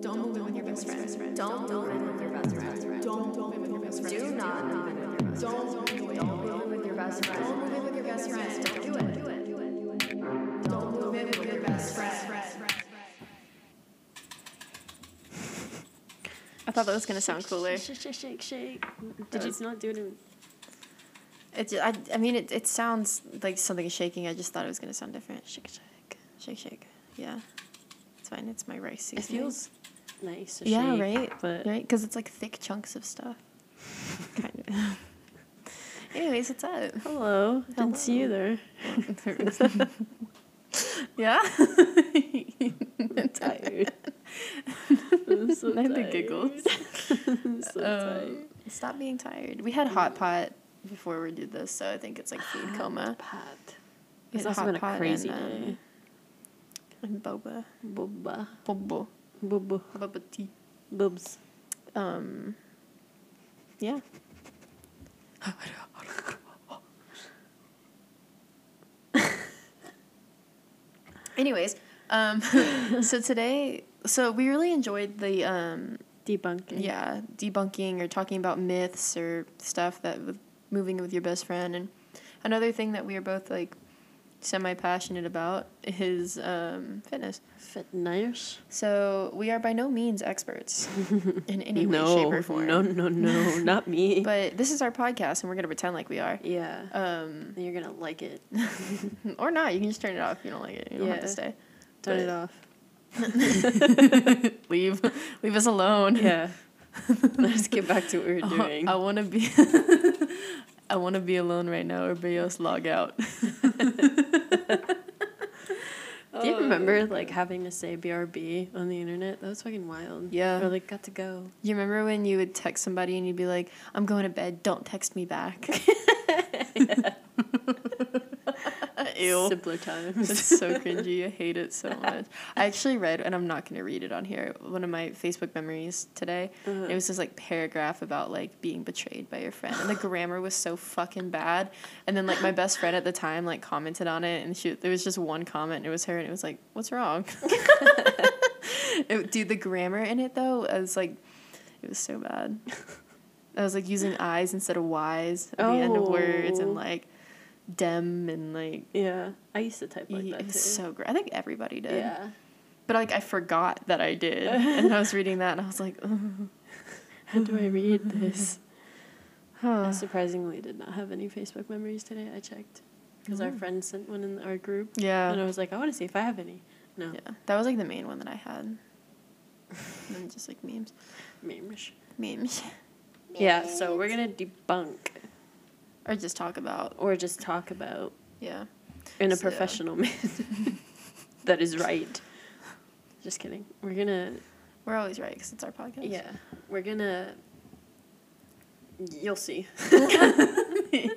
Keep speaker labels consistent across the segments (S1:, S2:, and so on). S1: Don't live with your best friend.
S2: Don't live with your best friend.
S1: Don't live with your best friend.
S2: Do not live with your best friend.
S1: Don't do it.
S2: Don't live with your best friend.
S1: Don't live with your best friend.
S2: Don't do it.
S1: Don't live with your best friend.
S3: I thought that was gonna sound cooler.
S4: Shake, shake, shake, shake. Did you not do it in.
S3: It, I, I mean, it, it sounds like something is shaking. I just thought it was gonna sound different. Shake, shake, shake, shake. Yeah, it's fine. It's my rice
S4: It
S3: seasoning.
S4: feels nice. To
S3: yeah,
S4: shake,
S3: right,
S4: But
S3: right, because it's like thick chunks of stuff. kind of. Anyways, what's up?
S4: hello. Didn't see you there.
S3: yeah,
S4: I'm tired. I'm so
S3: I had the
S4: tired.
S3: giggles.
S4: I'm so tired.
S3: Um, stop being tired. We had hot pot before we did this, so I think it's like food coma.
S4: Ah, Pat.
S3: We
S4: It's
S3: had
S4: also
S3: hot
S4: been a
S3: pot
S4: crazy
S3: and, um,
S4: day.
S3: and boba,
S4: Bubba.
S3: bobo,
S4: Bubba.
S3: boba tea.
S4: Boobs.
S3: Um, yeah. Anyways, um, so today, so we really enjoyed the um,
S4: Debunking.
S3: yeah debunking or talking about myths or stuff that with moving with your best friend and another thing that we are both like semi passionate about is um, fitness.
S4: Fit nice.
S3: So we are by no means experts in any way,
S4: no,
S3: shape, or form.
S4: No, no, no. Not me.
S3: But this is our podcast, and we're gonna pretend like we are,
S4: yeah.
S3: um,
S4: You're going to like it.
S3: or not. You can just turn it off if you don't like it. You don't have
S4: Yeah.
S3: to stay.
S4: Turn
S3: But-
S4: it off.
S3: Leave, leave us alone. Uh-huh.
S4: Yeah. Let's get back to what we were doing.
S3: I want to be, I want to be alone right now. Everybody else log out.
S4: Do
S3: oh,
S4: you remember like having to say BRB on the internet? That was fucking wild.
S3: Yeah.
S4: Or like got to go.
S3: You remember when you would text somebody and you'd be like, "I'm going to bed. Don't text me back." Ew.
S4: Simpler
S3: It's
S4: times.
S3: so cringy. I hate it so much. I actually read, and I'm not going to read it on here, one of my Facebook memories today. It was this like paragraph about like being betrayed by your friend. And the grammar was so fucking bad. And then like my best friend at the time like commented on it, and she, there was just one comment, and it was her, and it was like, what's wrong? it, dude, the grammar in it though, I was like, it was so bad. I was like using I's instead of Y's at the end of words,
S4: Oh.
S3: and like dem and like
S4: yeah. I used to type like
S3: Ye-
S4: that
S3: it
S4: too.
S3: was so great. I think everybody did.
S4: yeah.
S3: But like I forgot that I did, and I was reading that, and I was like, "Ugh,
S4: How do I read this? I
S3: huh.
S4: surprisingly did not have any Facebook memories today. I checked because our friend sent one in our group, and I
S3: yeah,
S4: was like, I want to see if I have any. No,
S3: yeah. That was like the main one that I had. And then just like memes,
S4: memes.
S3: memes,
S4: Yeah. So we're gonna debunk
S3: or just talk about
S4: or just talk about
S3: yeah.
S4: in a
S3: So-
S4: professional manner that is right. Just kidding. We're gonna
S3: We're always right because it's our podcast.
S4: Yeah, we're gonna. You'll see.
S3: You're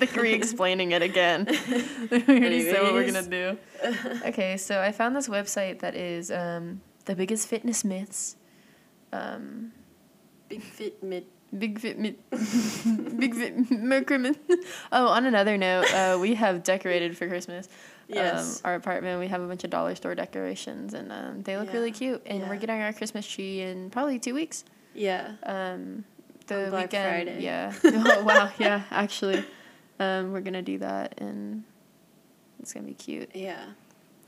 S3: like re-explaining it again. we already said what we're gonna
S4: Anyways.
S3: do. okay, so I found this website that is um, the biggest fitness myths. Um,
S4: Big fit mid.
S3: Big fit, mi- big fit, mercrimin. Oh, on another note, uh, we have decorated for Christmas.
S4: Yes.
S3: Um, our apartment, we have a bunch of dollar store decorations, and um, they look
S4: Yeah.
S3: really cute. And we're
S4: Yeah.
S3: getting our Christmas tree in probably two weeks.
S4: yeah.
S3: Um, the
S4: On Black
S3: weekend,
S4: Friday.
S3: yeah. oh wow, yeah. Actually, um, we're gonna do that, and it's gonna be cute.
S4: Yeah.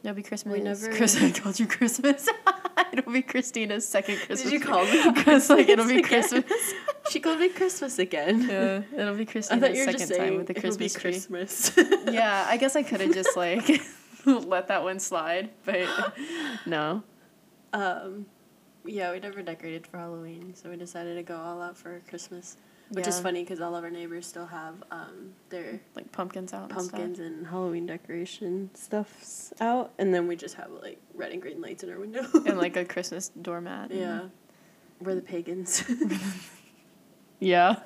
S3: It'll be Christmas.
S4: never-
S3: Chris, I called you Christmas. It'll be Christina's second Christmas.
S4: you call me
S3: Because like it'll be
S4: Christmas
S3: Christmas.
S4: again? She called me Christmas again.
S3: Yeah, it'll be
S4: I
S3: Christina's
S4: thought you were
S3: second
S4: just
S3: time
S4: saying
S3: with the
S4: it'll be
S3: Christmas tree.
S4: Christmas.
S3: yeah, I guess I could have just like let that one slide, but no.
S4: um, yeah, we never decorated for Halloween, so we decided to go all out for Christmas, which is
S3: Yeah.
S4: funny because all of our neighbors still have um, their
S3: Like pumpkins out.
S4: pumpkins and Halloween decoration stuffs out, and then we just have like red and green lights in our window.
S3: And, stuff. and like a Christmas doormat. and-
S4: yeah, we're the pagans.
S3: Yeah.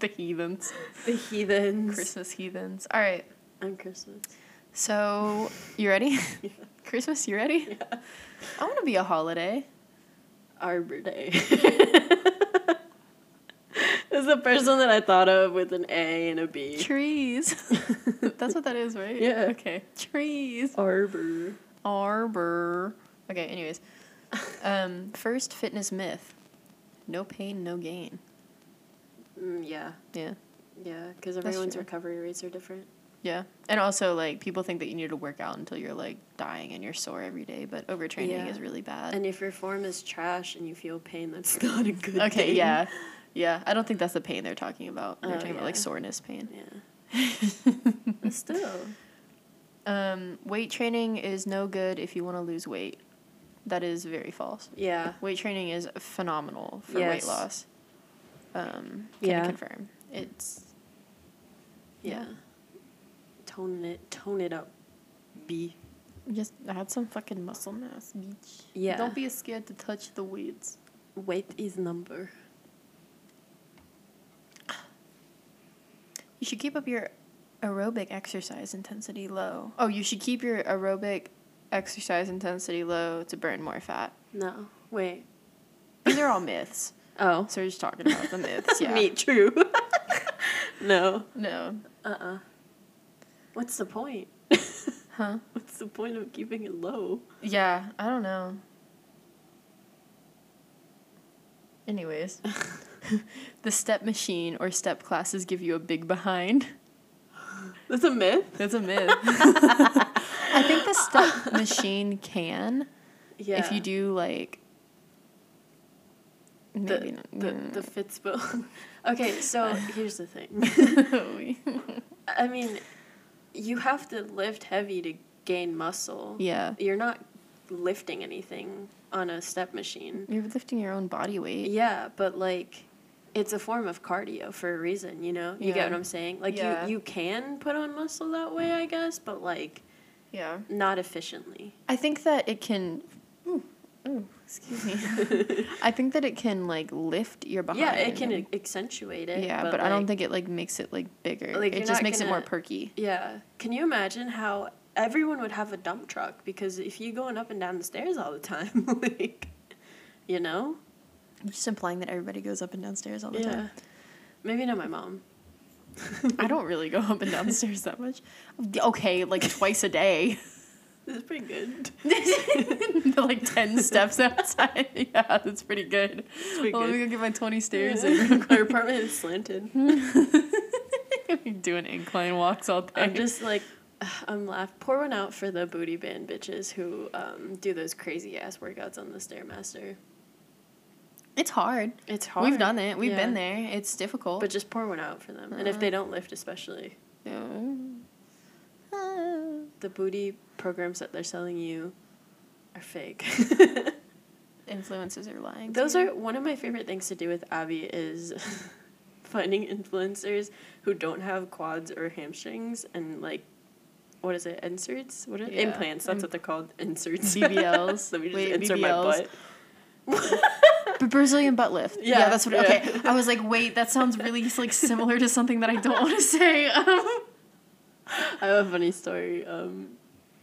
S3: the heathens.
S4: The heathens.
S3: Christmas heathens. All right.
S4: On Christmas.
S3: So you ready? Christmas, you ready? I want to be a holiday.
S4: Arbor Day. Is the person that I thought of with an A and a B.
S3: Trees. That's what that is, right?
S4: Yeah.
S3: Okay. Trees.
S4: Arbor.
S3: Arbor. Okay. Anyways, Um, first fitness myth: no pain, no gain.
S4: Mm, yeah,
S3: Yeah,
S4: yeah, because
S3: That's
S4: everyone's
S3: true.
S4: recovery rates are different.
S3: yeah. And also, like people think that you need to work out until you're like dying and you're sore every day, but overtraining
S4: Yeah.
S3: is really bad.
S4: And if your form is trash and you feel pain, that's not a good
S3: okay,
S4: thing.
S3: yeah, yeah. I don't think that's the pain they're talking about. They're
S4: Oh,
S3: talking about like
S4: yeah.
S3: soreness pain.
S4: Yeah. But still.
S3: Um, weight training is no good if you want to lose weight. That is very false.
S4: Yeah.
S3: Weight training is phenomenal for
S4: Yes.
S3: weight loss. Um, can
S4: Yeah.
S3: confirm. It's
S4: Yeah. Tone it tone it up. B.
S3: Just add some fucking muscle mass, bitch.
S4: Yeah.
S3: Don't be scared to touch the weights.
S4: Weight is number.
S3: You should keep up your aerobic exercise intensity low. Oh, you should keep your aerobic exercise intensity low to burn more fat.
S4: No. Wait.
S3: These are all myths.
S4: Oh.
S3: So we're just talking about the myths. Yeah.
S4: Me true. no.
S3: No.
S4: Uh uh What's the point?
S3: Huh?
S4: What's the point of keeping it low?
S3: Yeah, I don't know. Anyways, the step machine or step classes give you a big behind.
S4: That's a myth?
S3: That's a myth. I think the step machine can.
S4: Yeah.
S3: If you do like
S4: the,
S3: maybe not-
S4: the, the Fitzbo. okay, so here's the thing. I mean, you have to lift heavy to gain muscle.
S3: yeah.
S4: You're not lifting anything on a step machine.
S3: You're lifting your own body weight.
S4: Yeah, but like it's a form of cardio for a reason, you know? You
S3: Yeah.
S4: get what I'm saying? Like
S3: Yeah.
S4: you you can put on muscle that way, I guess, but like
S3: Yeah.
S4: not efficiently.
S3: I think that it can ooh, ooh, excuse me. I think that it can like lift your behind.
S4: Yeah, it can e-,
S3: and-
S4: accentuate it.
S3: Yeah, but, I don't
S4: like,
S3: think it like makes it like bigger.
S4: Like,
S3: it
S4: you're
S3: just
S4: not
S3: makes it more
S4: gonna-
S3: perky.
S4: Yeah. Can you imagine how everyone would have a dump truck because if you going up and down the stairs all the time, like, you know?
S3: I'm just implying that everybody goes up and downstairs all the
S4: yeah.
S3: time.
S4: Maybe not my mom.
S3: I don't really go up and downstairs that much. Okay, like twice a day.
S4: This is pretty good.
S3: The, like 10 steps outside. Yeah, that's pretty good.
S4: It's pretty
S3: Well, let me
S4: good.
S3: go get my 20 stairs
S4: Yeah.
S3: in.
S4: Our apartment is slanted.
S3: Doing incline walks all day.
S4: I'm just like, I'm laugh. Pour one out for the booty band bitches who um, do those crazy ass workouts on the stairmaster.
S3: it's hard.
S4: It's hard.
S3: We've done it. We've been
S4: Yeah.
S3: there. It's difficult.
S4: But just pour one out for them, and
S3: Uh-huh.
S4: if they don't lift, especially
S3: uh,
S4: the booty programs that they're selling you are fake.
S3: influences are lying.
S4: Those are one of my favorite things to do with Abby is finding influencers who don't have quads or hamstrings and like what is it inserts? What are
S3: Yeah.
S4: implants? That's what they're called inserts.
S3: BBLs.
S4: Let me just
S3: Wait,
S4: insert
S3: BBLs.
S4: my butt.
S3: But Brazilian butt lift. Yeah,
S4: Yeah,
S3: that's what.
S4: yeah.
S3: Okay, I was like, wait, that sounds really like similar to something that I don't want to say. Um,
S4: I have a funny story. Um,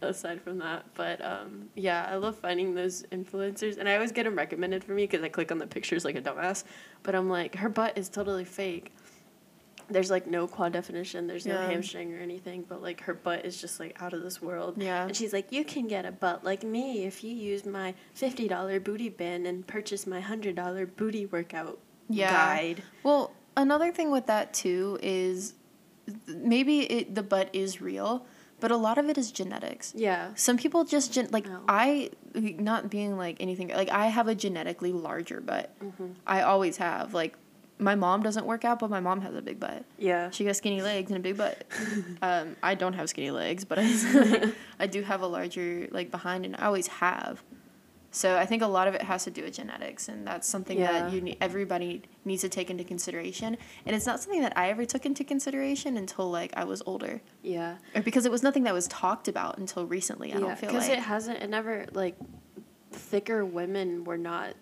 S4: aside from that, but um, yeah, I love finding those influencers, and I always get them recommended for me because I click on the pictures like a dumbass. But I'm like, her butt is totally fake. There's like no quad definition. There's no
S3: Yeah.
S4: hamstring or anything, but like her butt is just like out of this world.
S3: Yeah.
S4: And she's like, you can get a butt like me if you use my fifty dollar booty bin and purchase my hundred dollar booty workout
S3: Yeah.
S4: guide.
S3: Well, another thing with that too is maybe it, the butt is real, but a lot of it is genetics.
S4: Yeah.
S3: Some people just gen- like
S4: No.
S3: I not being like anything like I have a genetically larger butt.
S4: Mm-hmm.
S3: I always have like my mom doesn't work out, but my mom has a big butt.
S4: Yeah.
S3: She got skinny legs and a big butt. um, I don't have skinny legs, but I, I do have a larger like behind, and I always have. So I think a lot of it has to do with genetics, and that's something
S4: Yeah.
S3: that you ne- everybody needs to take into consideration. And it's not something that I ever took into consideration until like I was older,
S4: Yeah.
S3: or because it was nothing that was talked about until recently. I
S4: Yeah,
S3: don't feel like
S4: it hasn't. It never like thicker women were not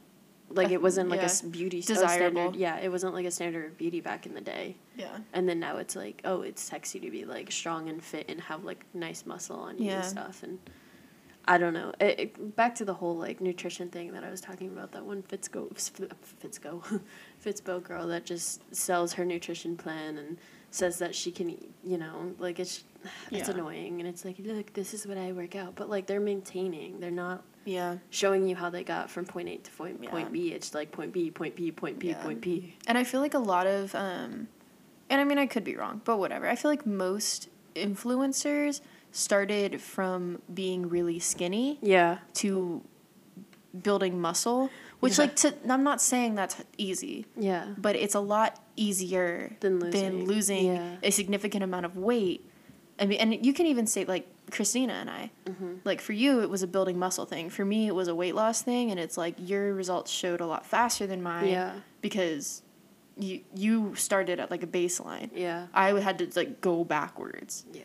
S4: like it wasn't like a
S3: Yeah.
S4: s- beauty a
S3: Desirable.
S4: standard. Yeah, it wasn't like a standard of beauty back in the day.
S3: yeah.
S4: And then now it's like, oh, it's sexy to be like strong and fit and have like nice muscle on you
S3: Yeah.
S4: and stuff. And I don't know. It, it- back to the whole like nutrition thing that I was talking about. That one Fitzgo, Fitzgo, Fitzbo girl that just sells her nutrition plan and says that she can, eat, you know, like it's it's
S3: Yeah.
S4: annoying and it's like look, this is what I work out. But like they're maintaining. They're not
S3: Yeah.
S4: showing you how they got from point A to point,
S3: Yeah.
S4: point B. It's like point B, point B, point B,
S3: Yeah.
S4: point B.
S3: And I feel like a lot of, um, and I mean, I could be wrong, but whatever. I feel like most influencers started from being really skinny
S4: Yeah.
S3: to building muscle, which,
S4: Yeah.
S3: like, to, I'm not saying that's easy,
S4: Yeah.
S3: but it's a lot easier
S4: Than losing.
S3: losing
S4: Yeah.
S3: a significant amount of weight. I mean, and you can even say, like, Christina and I,
S4: Mm-hmm.
S3: like, for you, it was a building muscle thing. For me, it was a weight loss thing, and it's like your results showed a lot faster than mine
S4: Yeah.
S3: because you you started at like a baseline.
S4: Yeah.
S3: I had to like go backwards,
S4: Yeah.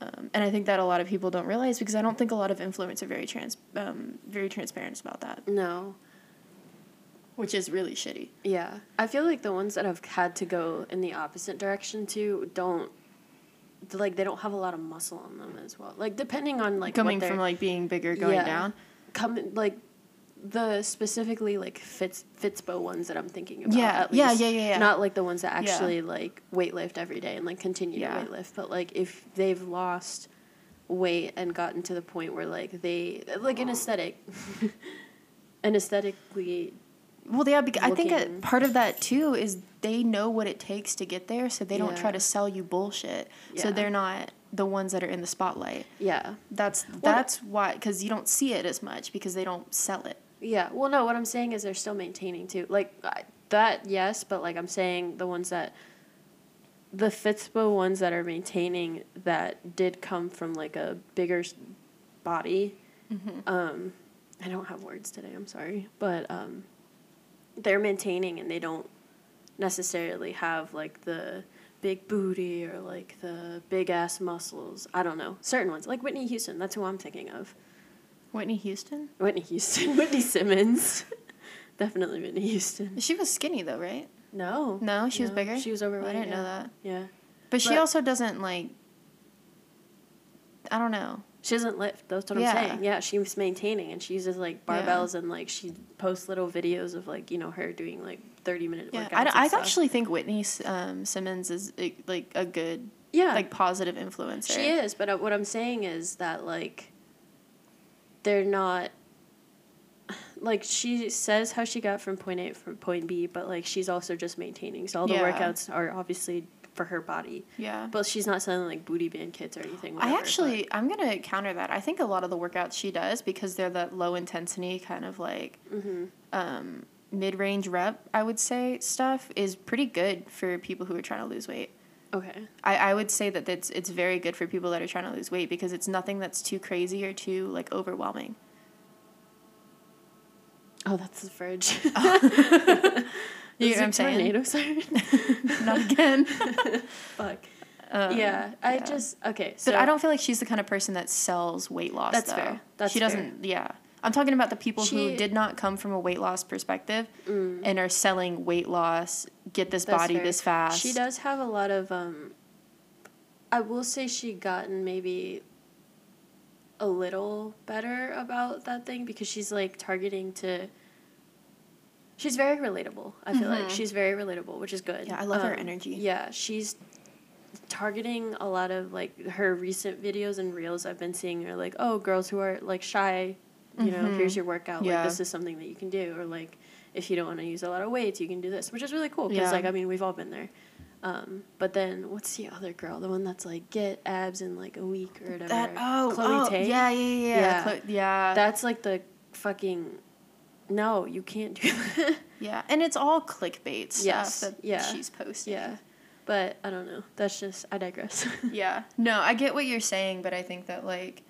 S3: um, and I think that a lot of people don't realize because I don't think a lot of influencers are very trans um, very transparent about that,
S4: No.
S3: which is really shitty.
S4: Yeah. I feel like the ones that have had to go in the opposite direction too don't like they don't have a lot of muscle on them as well. Like depending on like
S3: Coming
S4: what they're-
S3: from like being bigger, going
S4: Yeah.
S3: down.
S4: coming like the specifically like Fitz Fitzbo ones that I'm thinking about.
S3: Yeah,
S4: at
S3: yeah,
S4: least.
S3: yeah, yeah, yeah.
S4: Not like the ones that actually like weight lift every day and like continue
S3: Yeah.
S4: to weight lift, but like if they've lost weight and gotten to the point where like they like an aesthetic, an aesthetically
S3: Well, yeah, because I think a,
S4: Looking-
S3: part of that too is they know what it takes to get there, so they don't
S4: Yeah.
S3: try to sell you bullshit. So
S4: Yeah.
S3: they're not the ones that are in the spotlight.
S4: yeah
S3: That's that's why because you don't see it as much because they don't sell it.
S4: yeah. Well, no, what I'm saying is they're still maintaining too. Like I, that, yes, but like I'm saying the ones that. The Fitzbo ones that are maintaining that did come from like a bigger s- body um, I don't have words today, I'm sorry. But um, they're maintaining and they don't necessarily have like the big booty or like the big ass muscles. I don't know. Certain ones, like Whitney Houston, that's who I'm thinking of.
S3: Whitney Houston.
S4: Whitney Houston, Whitney Simmons. Definitely Whitney Houston.
S3: She was skinny though, right?
S4: No.
S3: No, she was bigger?
S4: She was
S3: I
S4: overweight.
S3: didn't
S4: yeah.
S3: know that.
S4: Yeah.
S3: But she
S4: But-
S3: also doesn't like. I don't know.
S4: She doesn't lift. That's what
S3: Yeah.
S4: I'm saying. Yeah, she's maintaining and she uses like
S3: Yeah.
S4: barbells and like she posts little videos of like, you know, her doing like 30 minute
S3: Yeah,
S4: workouts.
S3: I,
S4: and
S3: I
S4: stuff.
S3: actually think Whitney um, Simmons is eh, like a good,
S4: yeah.
S3: like positive influencer.
S4: She is, but uh, what I'm saying is that like they're not like she says how she got from point A from point B, but like she's also just maintaining. So all the
S3: Yeah.
S4: workouts are obviously for her body.
S3: Yeah.
S4: But she's not selling like booty band kits or anything.
S3: I
S4: whatever,
S3: actually, I'm gonna counter that. I think a lot of the workouts she does because they're that low intensity kind of like
S4: Mm-hmm.
S3: um, mid range rep. I would say stuff is pretty good for people who are trying to lose weight.
S4: but- okay.
S3: I, I would say that it's it's very good for people that are trying to lose weight because it's nothing that's too crazy or too like overwhelming.
S4: Oh, that's the fridge.
S3: You
S4: Is
S3: get what
S4: it
S3: I'm saying?
S4: Tornado siren.
S3: Not again.
S4: Fuck.
S3: Um,
S4: yeah, I
S3: yeah.
S4: just okay. So
S3: But I don't feel like she's the kind of person that sells weight loss.
S4: That's
S3: though.
S4: fair. That's
S3: she doesn't. Yeah, I'm talking about the people who
S4: She- Mm.
S3: did not come from a weight loss perspective and are selling weight loss. Get this
S4: That's
S3: body
S4: fair.
S3: this fast.
S4: She does have a lot of um I will say she gotten maybe a little better about that thing because she's like targeting to She's very relatable. I feel like she's very relatable, which is good.
S3: Mm-hmm.
S4: Um,
S3: Yeah, I love her energy.
S4: Yeah, she's targeting a lot of like her recent videos and reels I've been seeing are like, "Oh, girls who are like shy, you know, here's your workout.
S3: Mm-hmm. Yeah.
S4: Like this is something that you can do or like if you don't want to use a lot of weights, you can do this, which is really cool because
S3: Yeah.
S4: like I mean we've all been there. Um, but then what's the other girl, the one that's like get abs in like a week or whatever?
S3: That oh oh,
S4: Tate?
S3: yeah yeah yeah yeah
S4: Yeah.
S3: Chloe, yeah,
S4: That's like the fucking. No, you can't do that.
S3: yeah. and it's all clickbait stuff
S4: Yes,
S3: that
S4: yeah,
S3: she's posting.
S4: yeah, but I don't know. That's just I digress.
S3: yeah. No, I get what you're saying, but I think that like,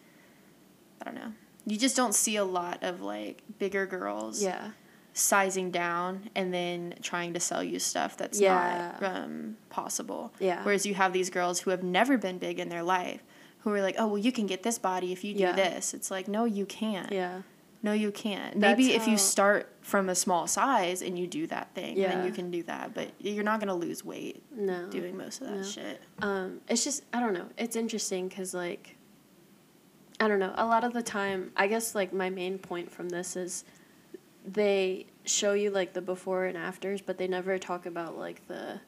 S3: I don't know. You just don't see a lot of like bigger girls.
S4: yeah.
S3: sizing down and then trying to sell you stuff that's not
S4: Yeah.
S3: um, possible.
S4: Yeah.
S3: Whereas you have these girls who have never been big in their life who are like, oh, well, you can get this body if you do
S4: Yeah.
S3: this. It's like, no, you can't.
S4: Yeah.
S3: No, you can't.
S4: That's
S3: Maybe if
S4: how-
S3: you start from a small size and you do that thing, then
S4: Yeah.
S3: you can do that. But you're not going to lose weight
S4: No.
S3: doing most of that
S4: No.
S3: shit.
S4: um, it's just I don't know. It's interesting because like I don't know. A lot of the time, I guess like my main point from this is they show you like the before and afters, but they never talk about like the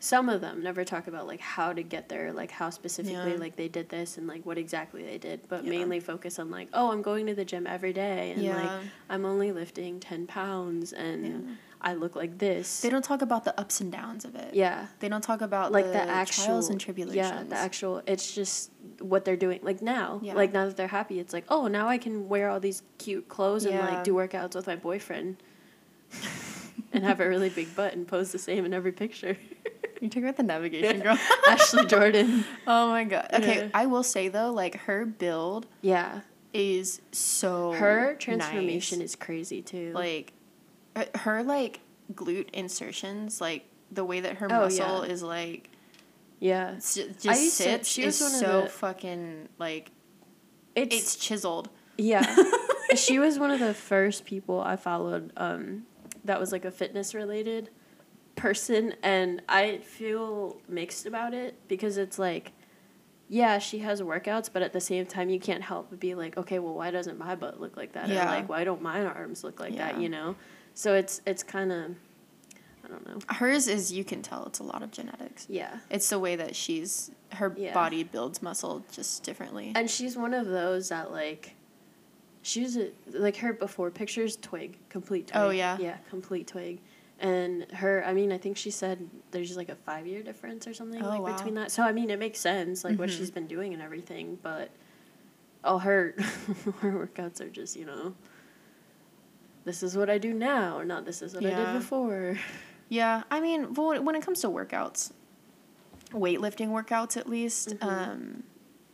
S4: some of them never talk about like how to get there, like how specifically
S3: Yeah.
S4: like they did this and like what exactly they did, but
S3: Yeah.
S4: mainly focus on like, oh, I'm going to the gym every day and
S3: Yeah.
S4: like I'm only lifting ten pounds and I look like this.
S3: They don't talk about the ups and downs of it.
S4: yeah.
S3: They don't talk about
S4: Like
S3: the,
S4: the, actual
S3: trials and tribulations.
S4: Yeah, the actual it's just what they're doing. Like now.
S3: Yeah.
S4: Like now that they're happy, it's like, oh now I can wear all these cute clothes and
S3: Yeah.
S4: like do workouts with my boyfriend and have a really big butt and pose the same in every picture.
S3: You're talking about the navigation girl.
S4: Ashley Jordan.
S3: oh my god. Okay,
S4: Yeah.
S3: I will say though, like her build
S4: Yeah.
S3: is so
S4: Her transformation
S3: nice.
S4: is crazy too.
S3: like her- her like glute insertions, like the way that her
S4: Oh,
S3: muscle
S4: yeah.
S3: is like
S4: yeah.
S3: s- just
S4: I used to-
S3: sits
S4: she was
S3: is
S4: one of
S3: so
S4: the-
S3: fucking like
S4: It's,
S3: it's chiseled.
S4: yeah. she was one of the first people I followed um that was like a fitness related person and I feel mixed about it because it's like yeah, she has workouts, but at the same time you can't help but be like, okay, well why doesn't my butt look like that? Or
S3: Yeah.
S4: like why don't my arms look like
S3: Yeah.
S4: that, you know? So it's it's kind of I don't know.
S3: Hers is you can tell it's a lot of genetics.
S4: Yeah.
S3: It's the way that she's her
S4: Yeah.
S3: body builds muscle just differently.
S4: And she's one of those that like she's a, like her before pictures twig, complete twig.
S3: Oh, yeah.
S4: Yeah, complete twig. And her, I mean, I think she said there's like a five year difference or something
S3: Oh,
S4: like
S3: wow. Mm-hmm.
S4: between that. So I mean, it makes sense like what she's been doing and everything, but all her her workouts are just you know, this is what I do now, not this is what I
S3: Yeah.
S4: did before.
S3: Yeah, I mean, well, when- when it comes to workouts, weightlifting workouts at least,
S4: Mhm.
S3: um,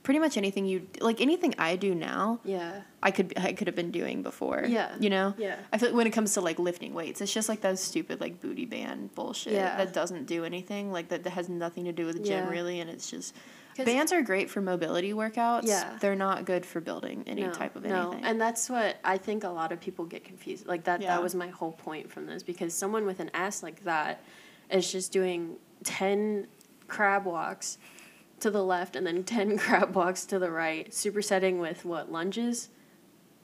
S3: pretty much anything you like, anything I do now,
S4: Yeah,
S3: I could I could have been doing before.
S4: Yeah.
S3: you know.
S4: yeah,
S3: I feel like when it comes to like lifting weights, it's just like that stupid like booty band bullshit
S4: Yeah.
S3: that doesn't do anything. Like that, that has nothing to do with the gym
S4: Yeah.
S3: really, and it's just
S4: 'Cause-
S3: bands are great for mobility workouts.
S4: Yeah.
S3: they're not good for building any type of anything.
S4: And that's what I think a lot of people get confused. Like that
S3: Yeah.
S4: that was my whole point from this because someone with an ass like that is just doing 10 crab walks to the left and then 10 crab walks to the right, supersetting with what lunges.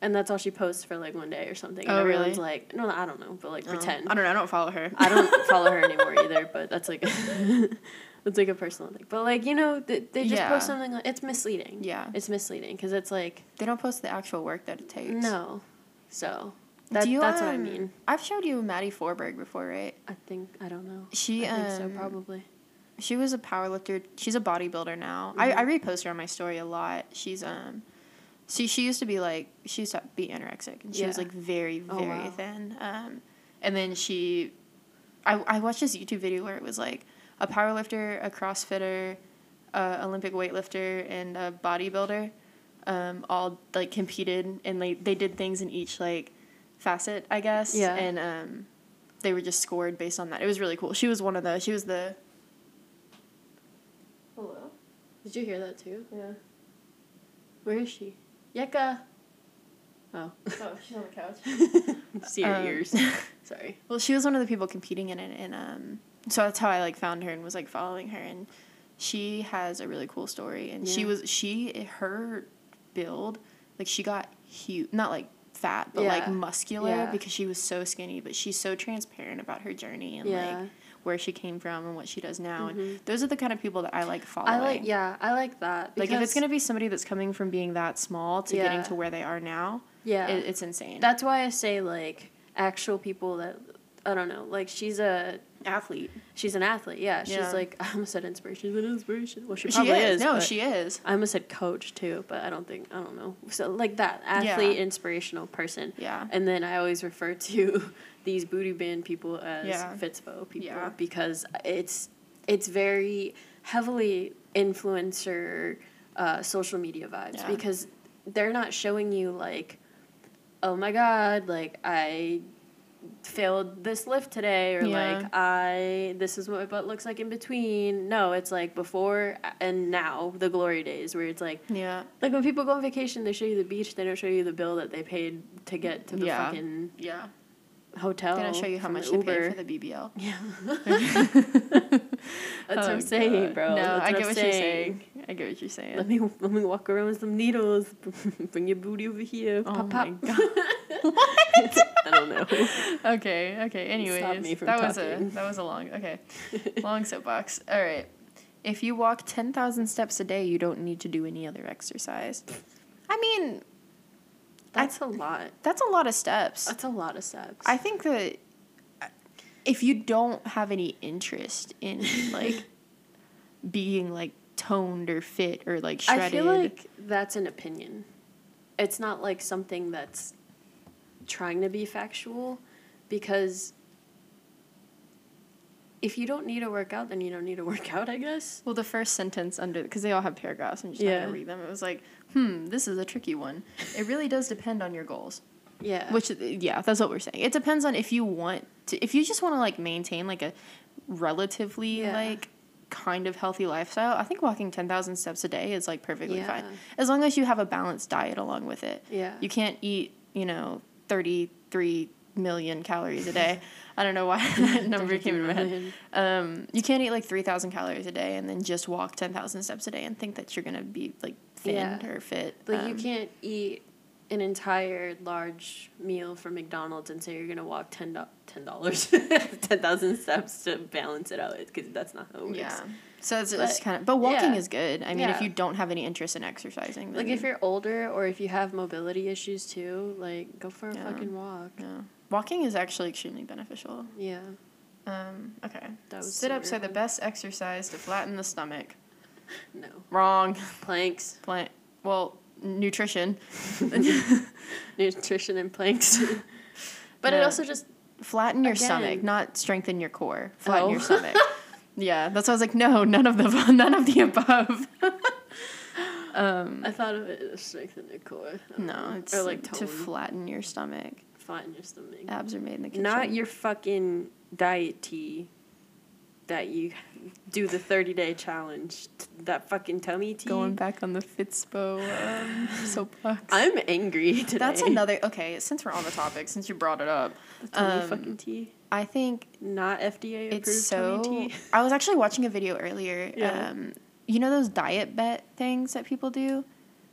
S4: And that's all she posts for like one day or something. And
S3: Oh, really?
S4: everyone's like, no, I don't know, but like
S3: Um,
S4: pretend.
S3: I don't know. I don't follow her.
S4: I don't follow her anymore either, but that's like that's like a personal thing. But like you know, they, they just
S3: Yeah.
S4: post something like it's misleading.
S3: Yeah.
S4: it's misleading because it's like
S3: They don't post the actual work that it takes.
S4: no, so that,
S3: Do you,
S4: that's what I
S3: um,
S4: mean.
S3: I've showed you Maddie Forberg before, right?
S4: I think I don't know.
S3: She
S4: I think so
S3: um,
S4: probably.
S3: she was a powerlifter. She's a bodybuilder now. I,
S4: Mm-hmm.
S3: I repost her on my story a lot. She's um, she she used to be like she used to be anorexic and she was
S4: Yeah.
S3: like very
S4: Oh,
S3: very
S4: wow.
S3: thin. Um, and then she, I I watched this YouTube video where it was like a powerlifter, a CrossFitter, a Olympic weightlifter, and a bodybuilder, um, all like competed and they they did things in each like facet I guess.
S4: Yeah.
S3: And um, they were just scored based on that. It was really cool. She was one of the she was the
S4: Hello, did you hear that too?
S3: yeah.
S4: Where is she? Yeka. Oh,
S3: Oh, she's on the couch.
S4: see your
S3: Um,
S4: ears. Sorry.
S3: Well, she was one of the people competing in it, and um, so that's how I like found her and was like following her, and she has a really cool story, and she
S4: Yeah.
S3: was she her build like she got huge, not like fat, but like
S4: Yeah.
S3: muscular
S4: Yeah.
S3: because she was so skinny, but she's so transparent about her journey and
S4: Yeah.
S3: like where she came from and what she does now, and
S4: Mhm.
S3: those are the kind of people that I like following.
S4: I like yeah, I like that.
S3: Like if it's
S4: because-
S3: gonna be somebody that's coming from being that small to getting
S4: Yeah.
S3: to where they are now,
S4: yeah,
S3: it, it's insane.
S4: that's why I say like actual people that I don't know. Like she's a
S3: athlete.
S4: She's an athlete, yeah. She's
S3: Yeah.
S4: like I almost said inspiration. She's an inspiration. Well, she
S3: She
S4: probably
S3: is.
S4: is.
S3: No,
S4: but
S3: she is.
S4: I almost said coach too, but I don't think I don't know. So like that athlete,
S3: Yeah.
S4: inspirational person.
S3: Yeah.
S4: And then I always refer to these booty band people as
S3: Yeah.
S4: Fitzbo people
S3: Yeah.
S4: because it's it's very heavily influencer uh, social media vibes
S3: Yeah.
S4: because they're not showing you like, oh my god, like I failed this lift today or
S3: Yeah.
S4: like I this is what my butt looks like in between. No, it's like before and now, the glory days where it's like
S3: Yeah.
S4: like when people go on vacation, they show you the beach, they don't show you the bill that they paid to get to the
S3: Yeah.
S4: fucking
S3: Yeah.
S4: hotel.
S3: They don't show you how
S4: Oh, from
S3: much
S4: the
S3: they
S4: Uber.
S3: paid for the BBL.
S4: Yeah. That's what I'm saying, bro.
S3: Oh, No,
S4: That's
S3: I
S4: I'm
S3: get what you're saying. I get what you're saying.
S4: Let me let me walk around with some needles. Bring your booty over here.
S3: oh
S4: pop pop.
S3: my god.
S4: I don't don't know.
S3: Okay, okay. Anyways,
S4: me from
S3: that was a
S4: talking.
S3: that was a long okay, long soapbox. All right. If you walk ten thousand steps a day, you don't need to do any other exercise. I mean,
S4: That's a lot.
S3: that's a lot of steps.
S4: That's a lot of steps.
S3: I think that uh, if you don't have any interest in like being like toned or fit or like shredded,
S4: I feel like that's an opinion. It's not like something that's trying to be factual because if you don't need a workout, then you don't need a workout, I guess.
S3: Well, the first sentence under because they all have paragraphs. I'm just not
S4: Yeah.
S3: gonna read them. It was like, hmm, this is a tricky one. It really does depend on your goals.
S4: Yeah.
S3: Which, yeah, that's what we're saying. It depends on if you want to, if you just want to like maintain like a relatively
S4: Yeah.
S3: like kind of healthy lifestyle. I think walking ten thousand steps a day is like perfectly fine,
S4: Yeah.
S3: as long as you have a balanced diet along with it.
S4: Yeah.
S3: you can't eat you know thirty three million calories a day. I don't know why that number came to my head. Um, you can't eat like 3,000 calories a day and then just walk 10,000 steps a day and think that you're going to be like thin
S4: Yeah.
S3: or fit.
S4: Like you
S3: Um,
S4: can't eat an entire large meal from McDonald's and say you're gonna walk ten dollars, ten thousand steps to balance it out because that's not how it works.
S3: Yeah. So it's,
S4: But-
S3: kind of, but walking
S4: yeah.
S3: is good. I mean, if
S4: Yeah.
S3: you don't have any interest in exercising, then
S4: Like if you're older or if you have mobility issues too, like go for a
S3: Yeah.
S4: fucking walk.
S3: yeah. walking is actually extremely beneficial.
S4: Yeah.
S3: Um, okay.
S4: That was
S3: Sit
S4: so
S3: ups are
S4: weird.
S3: the best exercise to flatten the stomach.
S4: No.
S3: Wrong.
S4: Planks.
S3: Plant. Well, nutrition.
S4: Nutrition and planks. but it
S3: No.
S4: also just
S3: Flatten your stomach,
S4: Again.
S3: not strengthen your core. Flatten
S4: Oh.
S3: your stomach. yeah, that's why I was like, no, none of the none of the above. um,
S4: I thought of it as strengthen the core.
S3: no, it's
S4: or like
S3: to
S4: tone.
S3: flatten your stomach.
S4: flatten your stomach.
S3: Abs are made in the kitchen.
S4: Not your fucking diet tea that you do the 30 day challenge. That fucking tummy tea.
S3: going back on the Fitzpo um, soapbox.
S4: I'm angry today.
S3: That's another okay. Since we're on the topic, since you brought it up,
S4: The tummy
S3: um,
S4: fucking tea.
S3: I think
S4: Not FDA approved
S3: it's so.
S4: tummy tea.
S3: I was actually watching a video earlier.
S4: Yeah.
S3: Um, you know those diet bet things that people do?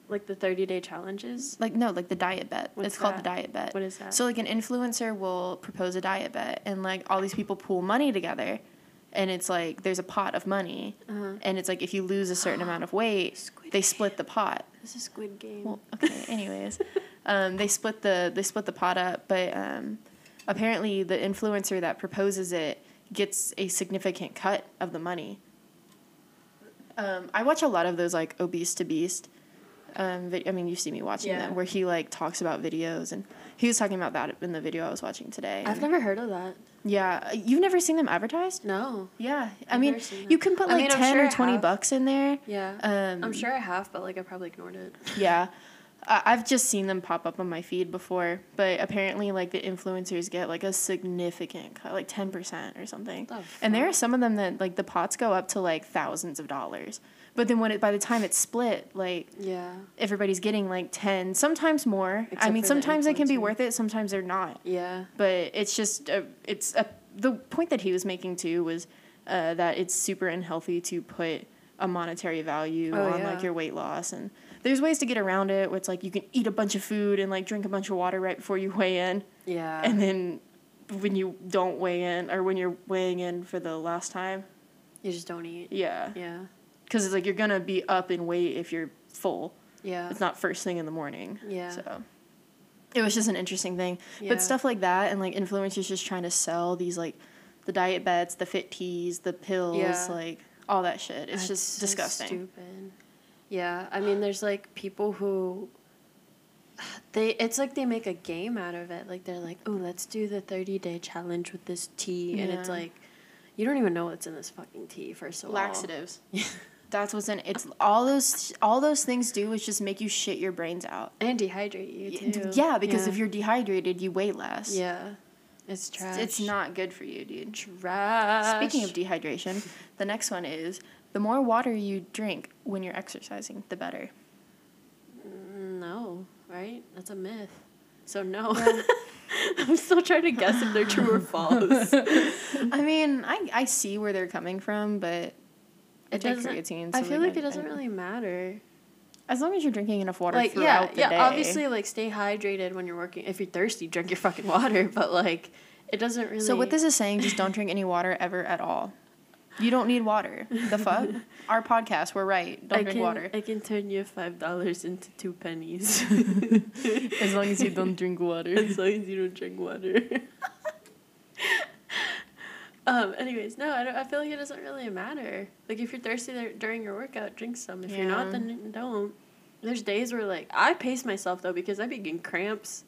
S4: Like the 30 day challenges.
S3: Like no, like the diet bet.
S4: What's
S3: it's called the
S4: that?
S3: diet bet.
S4: What is that?
S3: So like an influencer will propose a diet bet, and like all these people pool money together, and it's like there's a pot of money,
S4: Uh-huh.
S3: and it's like if you lose a certain amount of weight,
S4: Squid
S3: they split the pot.
S4: This is Squid Game.
S3: Well, okay. Anyways, um, they split the they split the pot up, but um, apparently the influencer that proposes it gets a significant cut of the money. Um, I watch a lot of those like obese to beast. Um, vid- I mean, you see me watching
S4: Yeah.
S3: them where he like talks about videos, and he was talking about that in the video I was watching today.
S4: I've
S3: and-
S4: never heard of that.
S3: yeah, you've never seen them advertised.
S4: No.
S3: Yeah, I
S4: I've
S3: mean,
S4: never seen that.
S3: you can put
S4: I
S3: like
S4: mean, I'm
S3: ten
S4: sure
S3: or
S4: I
S3: twenty
S4: have.
S3: bucks in there.
S4: Yeah.
S3: Um,
S4: I'm sure I have, but like I probably ignored it.
S3: Yeah. I- I've just seen them pop up on my feed before, but apparently, like the influencers get like a significant cut, like ten percent or something.
S4: The
S3: and there are some of them that like the pots go up to like thousands of dollars, but then when it by the time it's split, like
S4: Yeah.
S3: everybody's getting like ten, sometimes more. I
S4: Except
S3: mean,
S4: for the
S3: sometimes they can be
S4: influencer.
S3: worth it, sometimes they're not
S4: Yeah.
S3: but it's just a, it's a, the point that he was making too was uh, that it's super unhealthy to put a monetary value
S4: Oh,
S3: on
S4: yeah.
S3: like your weight loss and there's ways to get around it where it's like you can eat a bunch of food and like drink a bunch of water right before you weigh in
S4: Yeah.
S3: and then when you don't weigh in or when you're weighing in for the last time
S4: you just don't eat.
S3: yeah
S4: Yeah.
S3: because it's like you're gonna be up in weight if you're full
S4: Yeah.
S3: it's not first thing in the morning.
S4: Yeah.
S3: So it was just an interesting thing.
S4: Yeah.
S3: But stuff like that and like influencers just trying to sell these like the diet beds, the fit teas, the pills,
S4: Yeah.
S3: like all that shit. It's
S4: That's
S3: just
S4: so
S3: disgusting.
S4: Stupid. Yeah, I mean, there's like people who. They it's like they make a game out of it. Like they're like, oh, let's do the thirty day challenge with this tea, and it's
S3: Yeah.
S4: like, you don't even know what's in this fucking tea. First of all,
S3: Laxatives. That's what's in it's all those all those things do is just make you shit your brains out.
S4: and dehydrate you too.
S3: Yeah, because if
S4: Yeah.
S3: you're dehydrated, you weigh less.
S4: yeah, it's trash.
S3: It's, it's not good for you, dude.
S4: trash.
S3: Speaking of dehydration, the next one is the more water you drink when you're exercising, the better.
S4: no, right? That's a myth. So no. I'm still trying to guess if they're true or false.
S3: I mean, I, I see where they're coming from, but I
S4: It
S3: take
S4: doesn't.
S3: creatine,
S4: I
S3: so,
S4: feel like it
S3: I-
S4: doesn't
S3: I-
S4: really matter.
S3: As long as you're drinking enough water
S4: like
S3: throughout
S4: yeah,
S3: the
S4: yeah.
S3: day.
S4: Obviously, like stay hydrated when you're working. If you're thirsty, drink your fucking water. But like, it doesn't really.
S3: So what this is saying, just don't drink any water ever at all. You don't need water. The fuck? Our podcast, we're right. Don't
S4: I
S3: drink
S4: can,
S3: water.
S4: I can turn your five dollars into two pennies
S3: As long as you don't drink water.
S4: as long as you don't drink water. um. Anyways, no, I don't. I feel like it doesn't really matter. Like if you're thirsty there, during your workout, drink some. If you're
S3: Yeah.
S4: not, then don't. There's days where like I pace myself though because I be getting cramps.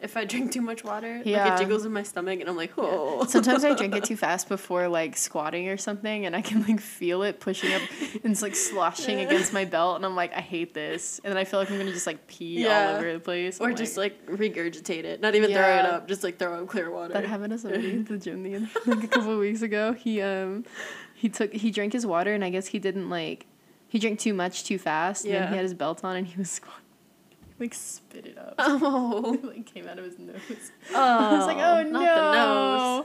S4: If I drink too much water, like
S3: Yeah.
S4: it jiggles in my stomach, and I'm like, whoa.
S3: Sometimes I drink it too fast before like squatting or something and I can like feel it pushing up and it's like sloshing against my belt and I'm like, I hate this. And then I feel like I'm gonna just like pee all
S4: Yeah.
S3: over the place.
S4: Or
S3: I'm
S4: just like regurgitate it. Not even throw it
S3: Yeah.
S4: up, just like throw up clear water.
S3: That happened to somebody at the gym the other, like a couple of weeks ago. He um he took he drank his water and I guess he didn't like he drank too much too fast and then
S4: Yeah.
S3: he had his belt on and he was squat like spit it up.
S4: Oh.
S3: it like came out of his nose.
S4: oh.
S3: I was like, oh no.
S4: Not the nose.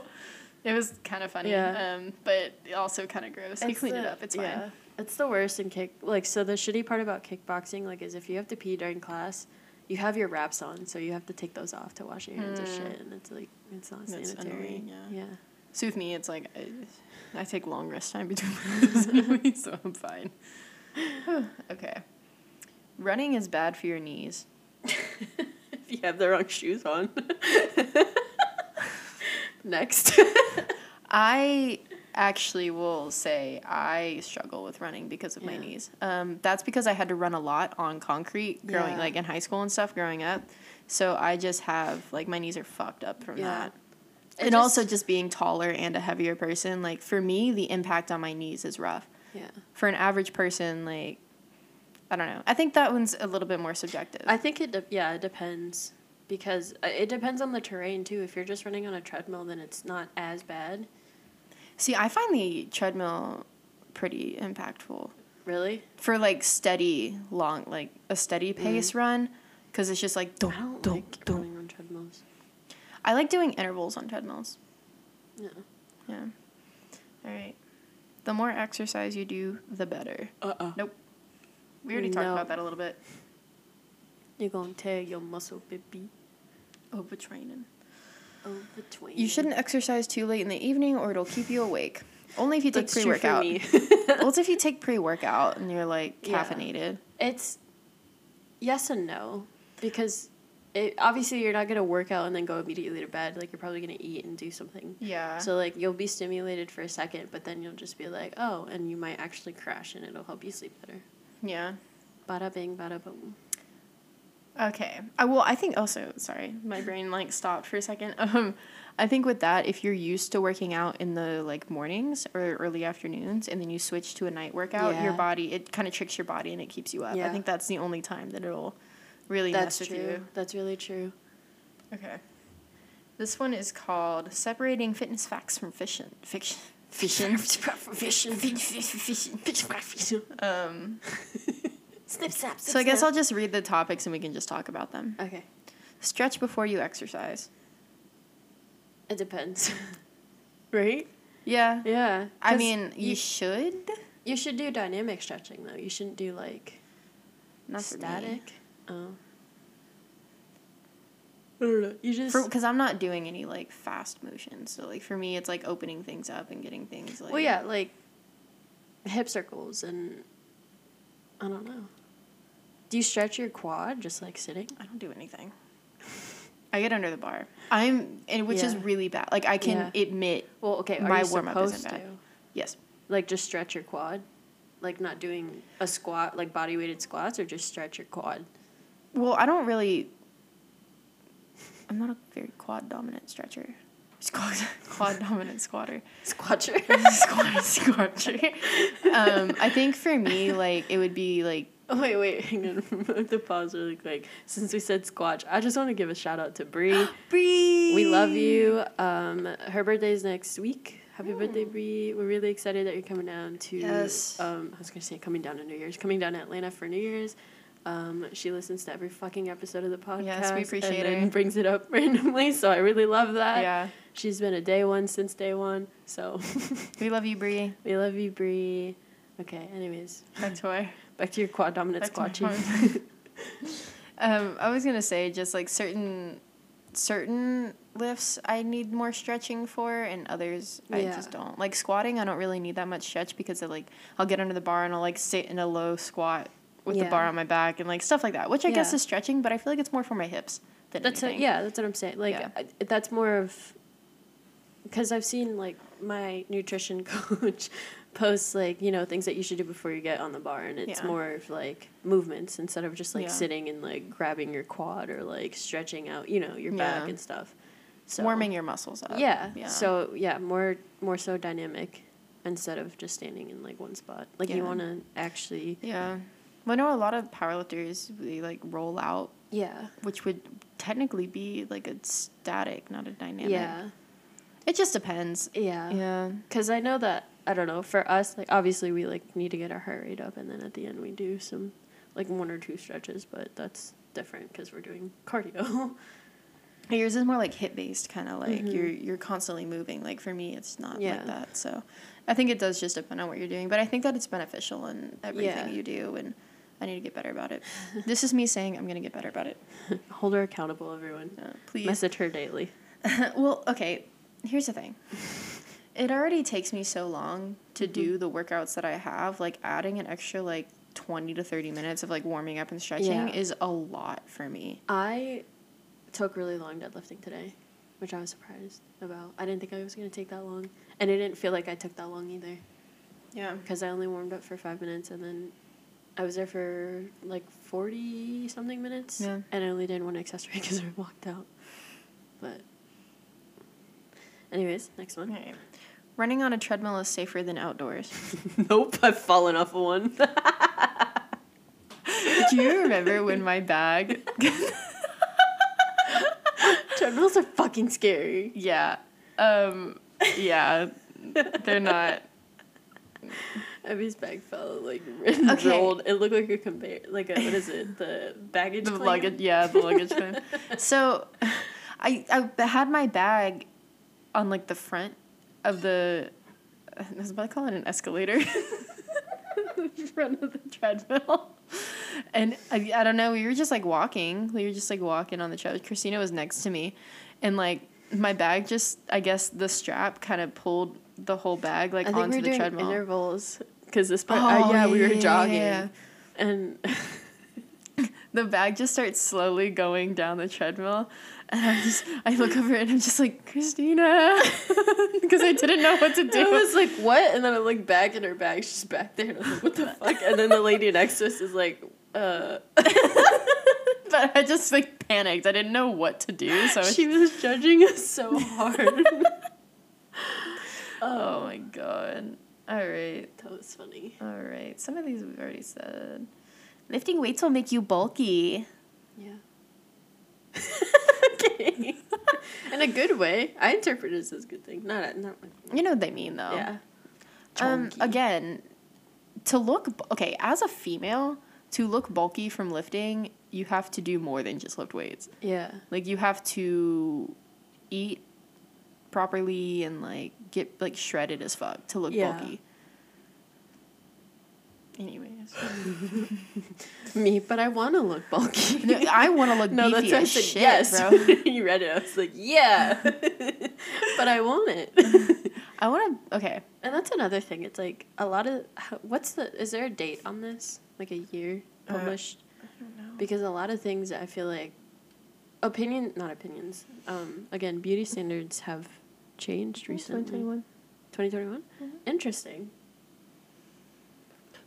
S3: It was kind of funny,
S4: Yeah.
S3: um, but also kind of gross. he
S4: It's
S3: cleaned it
S4: the-
S3: up. It's
S4: yeah.
S3: fine.
S4: It's the worst in kick. Like, so the shitty part about kickboxing, like, is if you have to pee during class, you have your wraps on, so you have to take those off to wash your hands or
S3: Mm.
S4: shit, and it's like, it's not
S3: That's
S4: sanitary.
S3: annoying, yeah.
S4: Hmm. yeah.
S3: Soothe me. It's like I, I take long rest time between my moves anyway, so I'm fine. okay. Running is bad for your knees.
S4: If you have the wrong shoes on. Next.
S3: I actually will say I struggle with running because of my
S4: Yeah.
S3: knees. Um, that's because I had to run a lot on concrete growing
S4: Yeah.
S3: like in high school and stuff growing up. So I just have like my knees are fucked up from
S4: Yeah.
S3: that.
S4: It
S3: and
S4: just-
S3: also just being taller and a heavier person, like for me the impact on my knees is rough.
S4: yeah.
S3: For an average person like I don't know. I think that one's a little bit more subjective.
S4: I think it de- yeah, it depends because uh, it depends on the terrain too. If you're just running on a treadmill, then it's not as bad,
S3: See, I find the treadmill pretty impactful.
S4: really.
S3: for like steady long like a steady pace run, 'cause run because it's just like don't
S4: I
S3: don't
S4: don't
S3: don't,
S4: like running on treadmills.
S3: i like doing intervals on treadmills
S4: No.
S3: yeah all right the more exercise you do the better
S4: Uh uh-uh.
S3: nope we already talked
S4: No.
S3: about that a little bit
S4: You're gonna tear your muscle, baby.
S3: Oh, overtraining
S4: Over between.
S3: you shouldn't exercise too late in the evening or it'll keep you awake only if you take
S4: That's true for
S3: pre-workout
S4: me.
S3: well it's if you take pre-workout and you're like
S4: Yeah.
S3: caffeinated
S4: it's yes and no because it obviously you're not gonna work out and then go immediately to bed. Like you're probably gonna eat and do something.
S3: yeah
S4: So like you'll be stimulated for a second, but then you'll just be like, oh, and you might actually crash, and it'll help you sleep better.
S3: yeah
S4: Bada bing, bada boom.
S3: Okay. I well, I think also sorry, my brain like stopped for a second. Um, I think with that, if you're used to working out in the like mornings or early afternoons, and then you switch to a night workout, your
S4: Yeah.
S3: body it kind of tricks your body and it keeps you up. I
S4: Yeah.
S3: think that's the only time that it'll really
S4: That's
S3: mess
S4: true.
S3: with you.
S4: That's really true.
S3: Okay. This one is called separating fitness facts from fiction. Fiction. Fiction. Um,
S4: Snip snap.
S3: so I guess I'll just read the topics and we can just talk about them.
S4: I'll. Okay.
S3: Stretch before you exercise.
S4: It depends. right?
S3: Yeah.
S4: Yeah.
S3: I
S4: 'Cause
S3: mean, you
S4: you,
S3: should.
S4: you should do dynamic stretching though. You shouldn't do like
S3: Not for me.
S4: static. Oh. I don't know. You just.
S3: For because I'm not doing any like fast motions. So like for me, it's like opening things up and getting things like.
S4: well, yeah, like hip circles and I don't know. Do you stretch your quad just like sitting?
S3: I don't do anything. I get under the bar. I'm and which is
S4: Yeah.
S3: really bad. Like I can
S4: Yeah.
S3: admit.
S4: Well, okay. Are
S3: My
S4: you
S3: warm-up isn't
S4: supposed
S3: bad.
S4: to?
S3: Yes.
S4: Like just stretch your quad, like not doing a squat, like body weighted squats, or just stretch your quad.
S3: Well, I don't really. I'm not a very quad dominant stretcher. Squad, quad dominant squatter.
S4: Squatcher.
S3: Squatter, squatcher. Um, I think for me, like it would be like
S4: Oh, wait, wait, hang on. I have to pause really quick. Since we said Squatch, I just want to give a shout out to Bree.
S3: breathe.
S4: we love you. Um, her birthday is next week. Happy birthday, Bree. We're really excited that you're coming down to.
S3: Yes.
S4: Um, I was going to say coming down to New Year's, coming down to Atlanta for New Year's. Um, she listens to every fucking episode of the podcast.
S3: Yes, we appreciate
S4: and then
S3: it.
S4: brings it up randomly, so I really love that.
S3: Yeah,
S4: She's been a day one since day one, so
S3: we love you, Bree.
S4: we love you, Bree. Okay, anyways,
S3: Back to our
S4: Back to your quad dominant
S3: Back
S4: squat
S3: to my
S4: chief.
S3: heart. um, I was gonna say just like certain certain lifts I need more stretching for, and others I
S4: Yeah.
S3: just don't. Like squatting, I don't really need that much stretch because I like I'll get under the bar and I'll like sit in a low squat with the
S4: Yeah.
S3: bar on my back and like stuff like that, which I guess
S4: Yeah.
S3: is stretching, but I feel like it's more for my hips than
S4: That's a,
S3: anything.
S4: yeah, that's what I'm saying. Like
S3: Yeah.
S4: I, that's more of because I've seen like my nutrition coach posts like you know things that you should do before you get on the bar, and it's
S3: Yeah.
S4: more of like movements instead of just like
S3: Yeah.
S4: sitting and like grabbing your quad or like stretching out, you know, your
S3: Yeah.
S4: back and stuff. So
S3: warming your muscles up.
S4: Yeah. So yeah, more more so dynamic instead of just standing in like one spot. Like
S3: Yeah.
S4: you want to actually.
S3: yeah. Well, I know a lot of powerlifters they like roll out,
S4: Yeah.
S3: which would technically be like a static, not a dynamic.
S4: Yeah.
S3: It just depends.
S4: Yeah.
S3: Yeah.
S4: Because I know that, I don't know, for us, like, obviously we, like, need to get our heart rate up, and then at the end we do some, like, one or two stretches, but that's different because we're doing cardio.
S3: Yours is more like hip based kind of like you're you're constantly moving. Like for me it's not
S4: Mm-hmm. Yeah.
S3: like that. So I think it does just depend on what you're doing. But I think that it's beneficial in everything
S4: Yeah.
S3: you do and I need to get better about it. this is me saying I'm gonna get better about it.
S4: Hold her accountable, everyone.
S3: Uh, please.
S4: Message her daily.
S3: well, okay. Here's the thing. It already takes me so long to do the workouts that I have. Like adding an extra like twenty to thirty minutes of like warming up and stretching
S4: Yeah.
S3: is a lot for me.
S4: I took really long deadlifting today, which I was surprised about. I didn't think I was going to take that long, and it didn't feel like I took that long either.
S3: Yeah.
S4: because I only warmed up for five minutes and then I was there for like 40 something minutes
S3: Yeah.
S4: and I only did one accessory because I walked out. But, anyways, next one.
S3: Alright. Running on a treadmill is safer than outdoors.
S4: Nope, I've fallen off of one.
S3: Do you remember when my bag?
S4: Treadmills are fucking scary.
S3: Yeah. Um, yeah. They're not.
S4: Abby's bag fell like and
S3: Okay.
S4: rolled. It looked like a conveyor, like a what is it? The baggage.
S3: The
S4: claim?
S3: luggage. Yeah, the luggage thing. So, I I had my bag on like the front of the. I was about to call it an escalator. the front of the treadmill. And I, I don't know, we were just like walking. We were just like walking on the treadmill. Christina was next to me. And like my bag just, I guess the strap kind of pulled the whole bag like
S4: I think
S3: onto
S4: we're
S3: the
S4: doing
S3: treadmill.
S4: intervals because this part. uh,
S3: Oh,
S4: yeah, we
S3: yeah,
S4: were
S3: yeah,
S4: jogging,
S3: yeah,
S4: and
S3: the bag just starts slowly going down the treadmill and i just i look over and i'm just like christina because i didn't know what to
S4: I
S3: do
S4: was like, what? And then I look back and her bag's just back there. And I was like, what the fuck? And then the lady next to us is like, uh,
S3: but i just like panicked i didn't know what to do so I was-
S4: she was judging us so hard.
S3: oh my god all right
S4: that was funny.
S3: all right some of these we've already said lifting weights will make you bulky
S4: Yeah. okay. In a good way. I interpret this as a good thing. Not, not like,
S3: you know what they mean though
S4: yeah.
S3: Oh. um,
S4: Chunky.
S3: again, to look bu- okay as a female, to look bulky from lifting, you have to do more than just lift weights.
S4: Yeah.
S3: Like you have to eat properly and like get like shredded as fuck to look
S4: Yeah.
S3: bulky. Anyways,
S4: Me, but I want to look bulky.
S3: No, I want to look
S4: No,
S3: beefy
S4: that's what I
S3: as
S4: said.
S3: shit,
S4: yes.
S3: bro.
S4: you read it. I was like, yeah. but I want it.
S3: I want to. Okay,
S4: And that's another thing. It's like a lot of how- what's the is there a date on this? Like a year
S3: Uh,
S4: published? Because a lot of things I feel like opinion not opinions. Um again, beauty standards have changed
S3: Oh,
S4: recently.
S3: 2021.
S4: 2021? Interesting.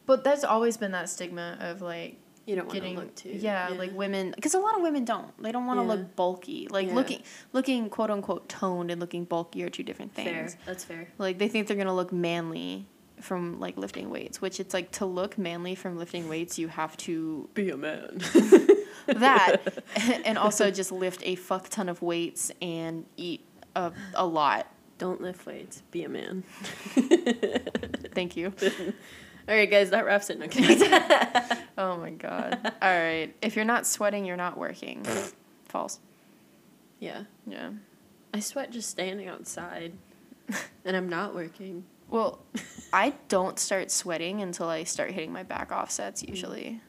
S3: But there's always been that stigma of like
S4: You don't want to
S3: getting
S4: look too.
S3: yeah, like women because a lot of women don't they don't want to
S4: Yeah.
S3: look bulky like
S4: Yeah.
S3: looking looking quote unquote toned and looking bulky are two different
S4: fair.
S3: things
S4: That's fair.
S3: like they think they're gonna look manly from like lifting weights which it's like to look manly from lifting weights you have to
S4: Be a man.
S3: that and also just lift a fuck ton of weights and eat a, a lot
S4: Don't lift weights. Be a man.
S3: thank you
S4: All right, guys, that wraps it. No, kidding.
S3: oh my god all right if you're not sweating you're not working false
S4: yeah.
S3: yeah
S4: I sweat just standing outside and I'm not working.
S3: Well, I don't start sweating until I start hitting my back offsets usually.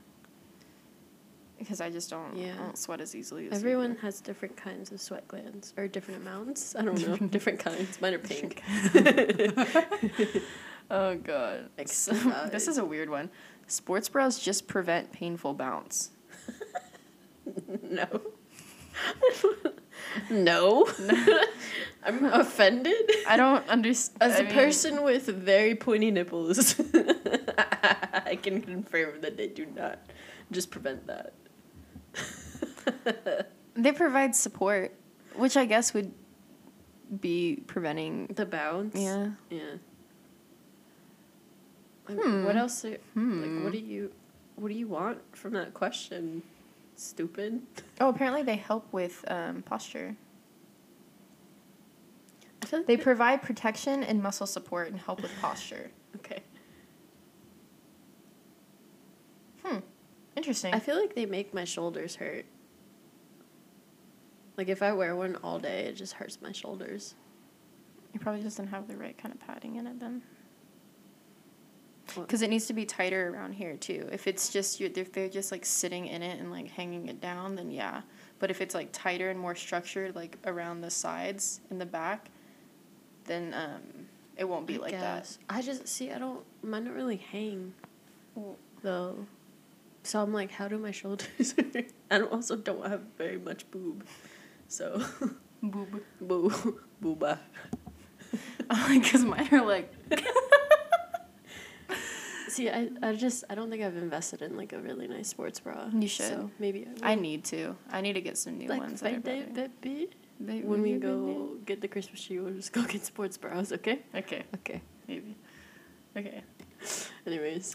S3: Because I just don't,
S4: Yeah.
S3: I don't sweat as easily as you
S4: Everyone
S3: do.
S4: has different kinds of sweat glands or different amounts. I don't know. different kinds. Mine are pink.
S3: Oh god.
S4: Like, uh,
S3: So- this is a weird one. Sports bras just prevent painful bounce.
S4: No. no. I'm offended.
S3: I don't understand.
S4: As a person with very pointy nipples, I can confirm that they do not just prevent that.
S3: they provide support, which I guess would be preventing.
S4: The bounce.
S3: Yeah.
S4: Yeah. I mean, What
S3: Hmm.
S4: else? Are,
S3: Hmm.
S4: Like, what do you, what do you want from that question? Stupid.
S3: Oh, apparently they help with um, posture.
S4: I feel like
S3: They provide protection and muscle support and help with posture.
S4: okay.
S3: Hmm. Interesting.
S4: I feel like they make my shoulders hurt. Like if I wear one all day, it just hurts my shoulders.
S3: It probably doesn't have the right kind of padding in it then.
S4: What?
S3: Because it needs to be tighter around here too. If it's just you, if they're just like sitting in it and like hanging it down, then yeah. But if it's like tighter and more structured, like around the sides and the back, then um, it won't be
S4: I
S3: like
S4: guess. I just see. I don't. Mine don't really hang,
S3: Well-
S4: though. So I'm like, how do my shoulders? hurt? I don't, also don't have very much boob, so
S3: that. Boob.
S4: boo booba.
S3: Because mine are like
S4: See, I, I just I don't think I've invested in like a really nice sports bra.
S3: You should.
S4: So maybe I,
S3: I
S4: will.
S3: need to. I need to get some new
S4: like
S3: ones. that are
S4: Friday,
S3: better.
S4: baby.
S3: They-
S4: When we
S3: they-
S4: go get the Christmas tree, we'll just go get sports bras. Okay.
S3: Okay,
S4: Okay.
S3: maybe. Okay.
S4: Anyways,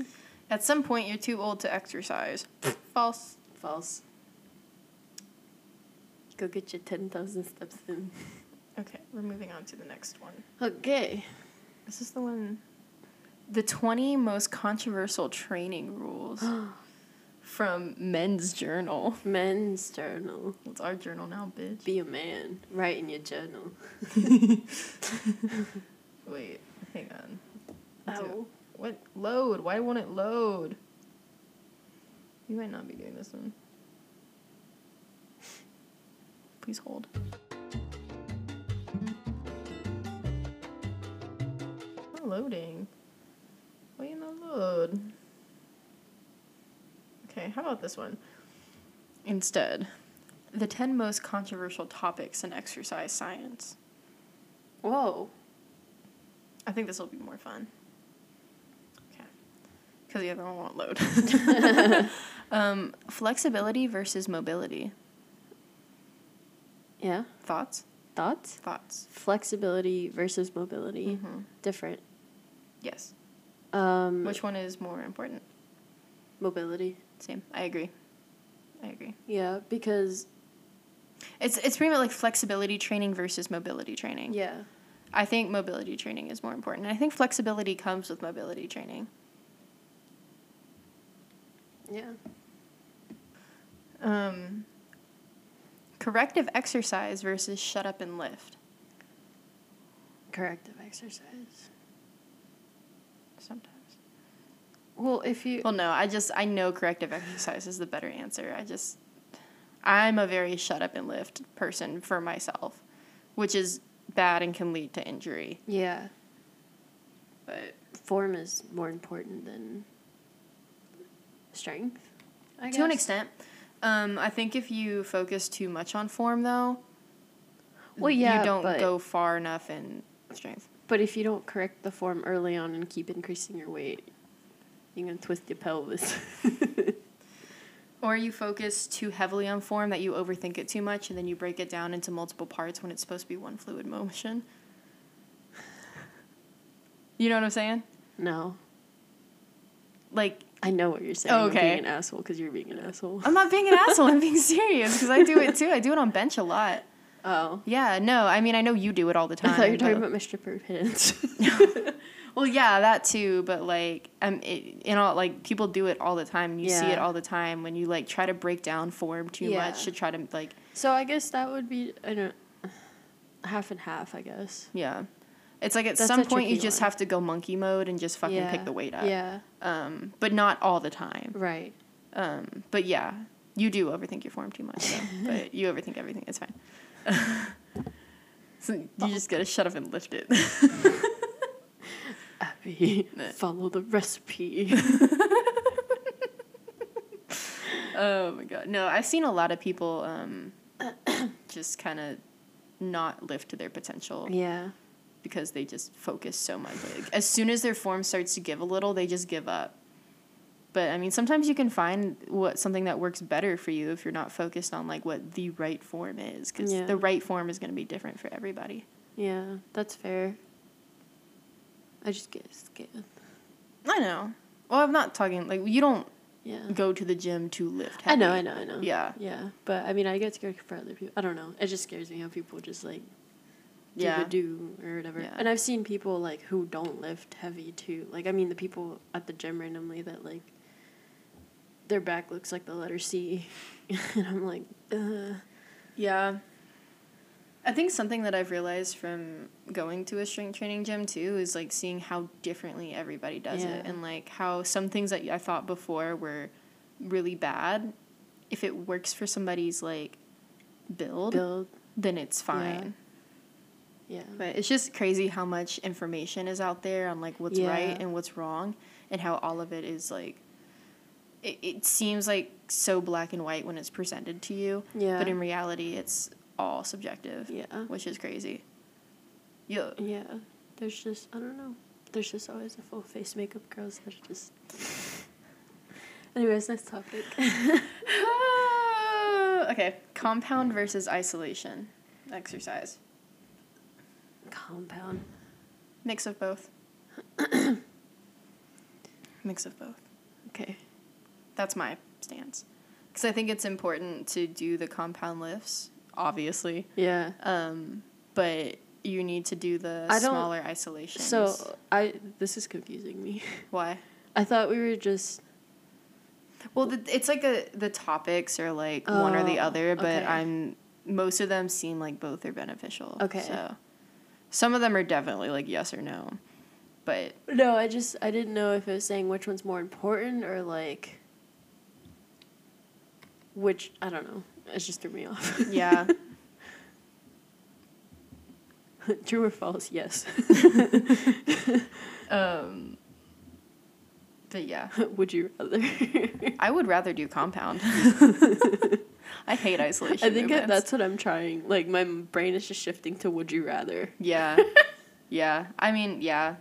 S3: At some point, you're too old to exercise. False.
S4: false. Go get your ten thousand steps in.
S3: Okay, we're moving on to the next one.
S4: Okay.
S3: This is the one. The 20 most controversial training rules from Men's Journal.
S4: Men's journal.
S3: It's our journal now, bitch.
S4: Be a man. Write in your journal.
S3: Wait, hang on. Let's do it. What? Load. Why won't it load? You might not be doing this one. Please hold. Not loading. Why you not load? Okay, how about this one? Instead, the 10 most controversial topics in exercise science.
S4: Whoa.
S3: I think this will be more fun. Okay. Because the other one won't load. um, flexibility versus mobility.
S4: Yeah.
S3: Thoughts?
S4: Thoughts?
S3: Thoughts.
S4: Flexibility versus mobility. Different.
S3: Yes.
S4: Um,
S3: Which one is more important?
S4: mobility?
S3: Same. I agree. I agree.
S4: Yeah, because
S3: It's it's pretty much like flexibility training versus mobility training.
S4: yeah,
S3: I think mobility training is more important. And I think flexibility comes with mobility training.
S4: yeah.
S3: Um, corrective exercise versus shut up and lift.
S4: Corrective exercise.
S3: Sometimes.
S4: Well, if you
S3: Well, no, I just I know corrective exercise is the better answer. I just I'm a very shut up and lift person for myself, which is bad and can lead to injury.
S4: yeah,
S3: But
S4: form is more important than strength. I
S3: to an
S4: guess.
S3: extent, um, I think if you focus too much on form, though,
S4: Well, yeah,
S3: you don't
S4: but,
S3: go far enough in strength.
S4: But if you don't correct the form early on and keep increasing your weight, you're gonna twist your pelvis.
S3: Or you focus too heavily on form that you overthink it too much, and then you break it down into multiple parts when it's supposed to be one fluid motion. You know what I'm saying?
S4: no,
S3: Like
S4: I know what you're saying.
S3: Okay.
S4: I'm being an asshole because you're being an asshole.
S3: I'm not being an asshole. I'm being serious because I do it too. I do it on bench a lot.
S4: Oh,
S3: Yeah, no, I mean I know you do it all the time.
S4: I thought you were talking
S3: but-
S4: about my stripper pants.
S3: Well, yeah, that too. But like, um, it, you know, like people do it all the time. and You see
S4: Yeah.
S3: it all the time when you like try to break down form too
S4: Yeah.
S3: much to try to like,
S4: so I guess that would be I don't half and half. I guess
S3: yeah. It's like at
S4: That's
S3: some
S4: a
S3: point you
S4: tricky
S3: just
S4: one.
S3: have to go monkey mode and just fucking
S4: yeah.
S3: pick the weight up.
S4: Yeah.
S3: Um, but not all the time.
S4: Right.
S3: Um, but yeah, you do overthink your form too much. Though, but you overthink everything. It's fine. so you just gotta shut up and lift it.
S4: Abby, follow the recipe.
S3: oh my god. No, I've seen a lot of people um, just kind of not lift to their potential
S4: yeah.
S3: because they just focus so much. Like, as soon as their form starts to give a little, they just give up. But I mean, sometimes you can find what something that works better for you if you're not focused on like what the right form is, because
S4: Yeah.
S3: the right form is going to be different for everybody.
S4: Yeah, that's fair. I just get scared.
S3: I know. Well, I'm not talking like you don't
S4: Yeah.
S3: go to the gym to lift.
S4: I know,
S3: heavy.
S4: I know, I know.
S3: Yeah.
S4: Yeah. But I mean, I get scared for other people. I don't know. It just scares me how people just like do
S3: Yeah.
S4: the do or whatever.
S3: Yeah.
S4: And I've seen people like who don't lift heavy too. Like, I mean, the people at the gym randomly that like their back looks like the letter C. and I'm like, uh,
S3: Yeah. I think something that I've realized from going to a strength training gym too is like seeing how differently everybody does it
S4: Yeah.
S3: and like how some things that I thought before were really bad if it works for somebody's like build,
S4: build.
S3: then it's fine.
S4: Yeah.
S3: But it's just crazy how much information is out there on like what's
S4: Yeah.
S3: right and what's wrong and how all of it is like it, it seems like so black and white when it's presented to you.
S4: Yeah.
S3: But in reality it's all subjective.
S4: Yeah.
S3: Which is crazy. Yeah.
S4: Yeah. There's just I don't know. There's just always a full face makeup girls that are just Anyways, next topic.
S3: okay. Compound versus isolation exercise.
S4: Compound.
S3: Mix of both. Mix of both.
S4: Okay.
S3: That's my stance. Because I think it's important to do the compound lifts, obviously.
S4: Yeah. uh,
S3: Um, but you need to do the
S4: I don't-
S3: smaller isolations.
S4: So I this is confusing me.
S3: why?
S4: I thought we were just
S3: Well, the, it's like a the topics are like one or the
S4: Oh,
S3: other, but
S4: okay.
S3: I'm most of them seem like both are beneficial.
S4: Okay.
S3: So some of them are definitely like yes or no, but
S4: No, I just I didn't know if it was saying which one's more important or like which I don't know. It just threw me off.
S3: yeah,
S4: True or false? Yes.
S3: um, but yeah,
S4: Would you rather?
S3: I would rather do compound. I hate isolation.
S4: I think I,
S3: movements.
S4: that's what I'm trying. Like my m- brain is just shifting to would you rather.
S3: yeah, yeah. I mean, yeah.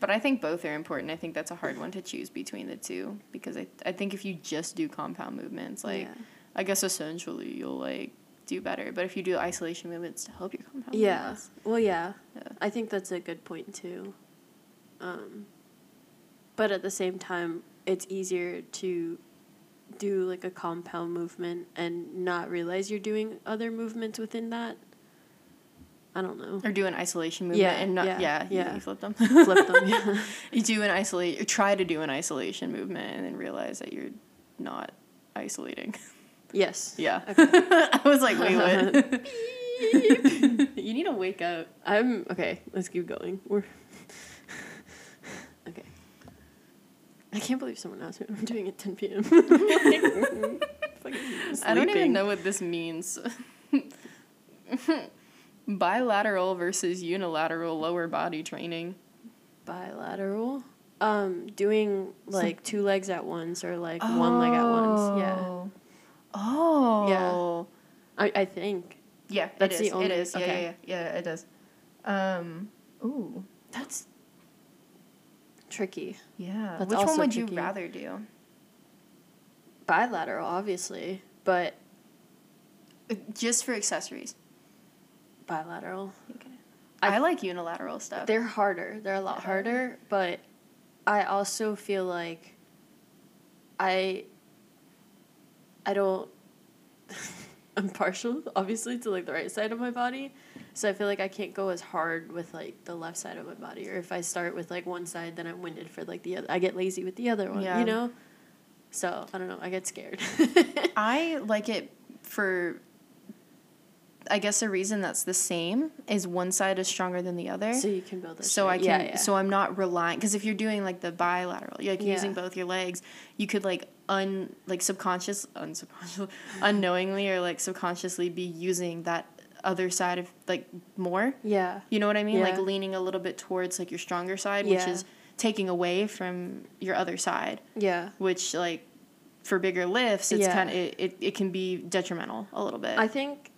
S3: But I think both are important. I think that's a hard one to choose between the two because I, I think if you just do compound movements, like I guess essentially you'll like do better. But if you do isolation movements to help your compound,
S4: yeah.
S3: movements-
S4: Well, yeah.
S3: Yeah.
S4: I think that's a good point too. Um, but at the same time, it's easier to do like a compound movement and not realize you're doing other movements within that. I don't know.
S3: or do an isolation movement
S4: Yeah,
S3: and not yeah yeah,
S4: yeah,
S3: you-
S4: yeah.
S3: You, flip them.
S4: Flip them. Yeah.
S3: you do an isolate or try to do an isolation movement and then realize that you're not isolating.
S4: yes.
S3: Yeah,
S4: Okay.
S3: I was like, wait, what? you need to wake up.
S4: I'm okay. Let's keep going. We're okay. I can't believe someone asked me. what I'm doing at 10 p.m. Fucking
S3: I don't even
S4: sleeping.
S3: know what this means. Bilateral versus unilateral lower body training.
S4: bilateral. Um, doing like two legs at once or like one leg at once. Yeah,
S3: Oh.
S4: I, I think
S3: Yeah,
S4: That's
S3: it
S4: the
S3: is.
S4: only-
S3: it is. Yeah,
S4: okay.
S3: yeah, yeah, yeah, it does. Um, ooh,
S4: that's tricky.
S3: yeah.
S4: That's
S3: Which one
S4: also
S3: would
S4: tricky.
S3: you rather do?
S4: Bilateral, obviously, but
S3: Uh, Just for accessories.
S4: bilateral.
S3: Okay.
S4: I-
S3: I, like unilateral stuff.
S4: They're harder. They're a lot harder, but I also feel like I I don't I'm partial obviously to like the right side of my body. So I feel like I can't go as hard with like the left side of my body or if I start with like one side then I'm winded for like the other. I get lazy with the other one,
S3: Yeah.
S4: you know? So, I don't know. I get scared.
S3: I like it for I guess the reason that's the same is one side is stronger than the other.
S4: So
S3: So,
S4: you can build it.
S3: I can
S4: Yeah, yeah.
S3: so I'm not relying because if you're doing like the bilateral, you're like
S4: Yeah.
S3: using both your legs, you could like un like subconscious unsubconscious unknowingly or like subconsciously be using that other side of like more.
S4: yeah.
S3: You know what I mean? Like
S4: Yeah.
S3: leaning a little bit towards like your stronger side, which
S4: Yeah.
S3: is taking away from your other side,
S4: Yeah.
S3: which like for bigger lifts, it's
S4: Yeah.
S3: kind of it, it, it can be detrimental a little bit.
S4: I think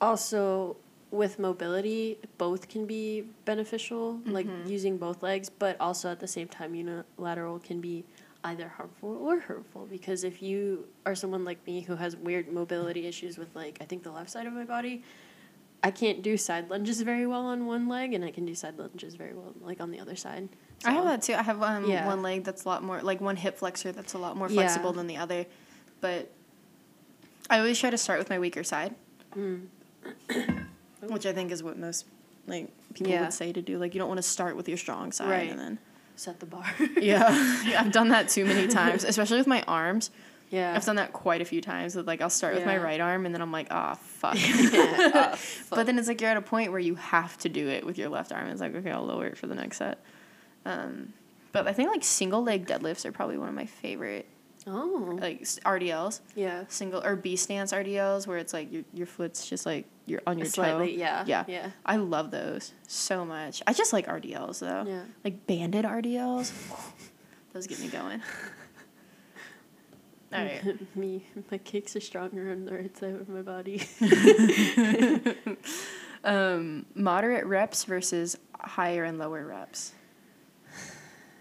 S4: also with mobility, both can be beneficial, like
S3: Mm-hmm.
S4: using both legs, but also at the same time, unilateral can be either harmful or hurtful because if you are someone like me who has weird mobility issues with like I think the left side of my body, I can't do side lunges very well on one leg and I can do side lunges very well like on the other side.
S3: I have
S4: So-
S3: that too. I have um,
S4: Yeah.
S3: one leg that's a lot more, like one hip flexor that's a lot more
S4: Yeah.
S3: flexible than the other. But I always try to start with my weaker side,
S4: Mm.
S3: which I think is what most like people
S4: Yeah.
S3: would say to do. Like you don't want to start with your strong side
S4: Right.
S3: and then
S4: set the bar.
S3: yeah. yeah, I've done that too many times, especially with my arms.
S4: yeah.
S3: I've done that quite a few times. With like I'll start with my
S4: Yeah.
S3: right arm and then I'm like, ah, fuck. Oh,
S4: Yeah.
S3: But then it's like you're at a point where you have to do it with your left arm. It's like, okay, I'll lower it for the next set. Um, but I think like single leg deadlifts are probably one of my favorite
S4: oh.
S3: like s- RDLs,
S4: yeah.
S3: single or B stance RDLs where it's like your your foot's just like you're on your
S4: Slightly,
S3: toe.
S4: yeah.
S3: Yeah.
S4: Yeah.
S3: I love those so much. I just like RDLs though.
S4: Yeah.
S3: Like banded RDLs. those get me going. All right.
S4: Me, my kicks are stronger on the right side of my body.
S3: um, moderate reps versus higher and lower reps.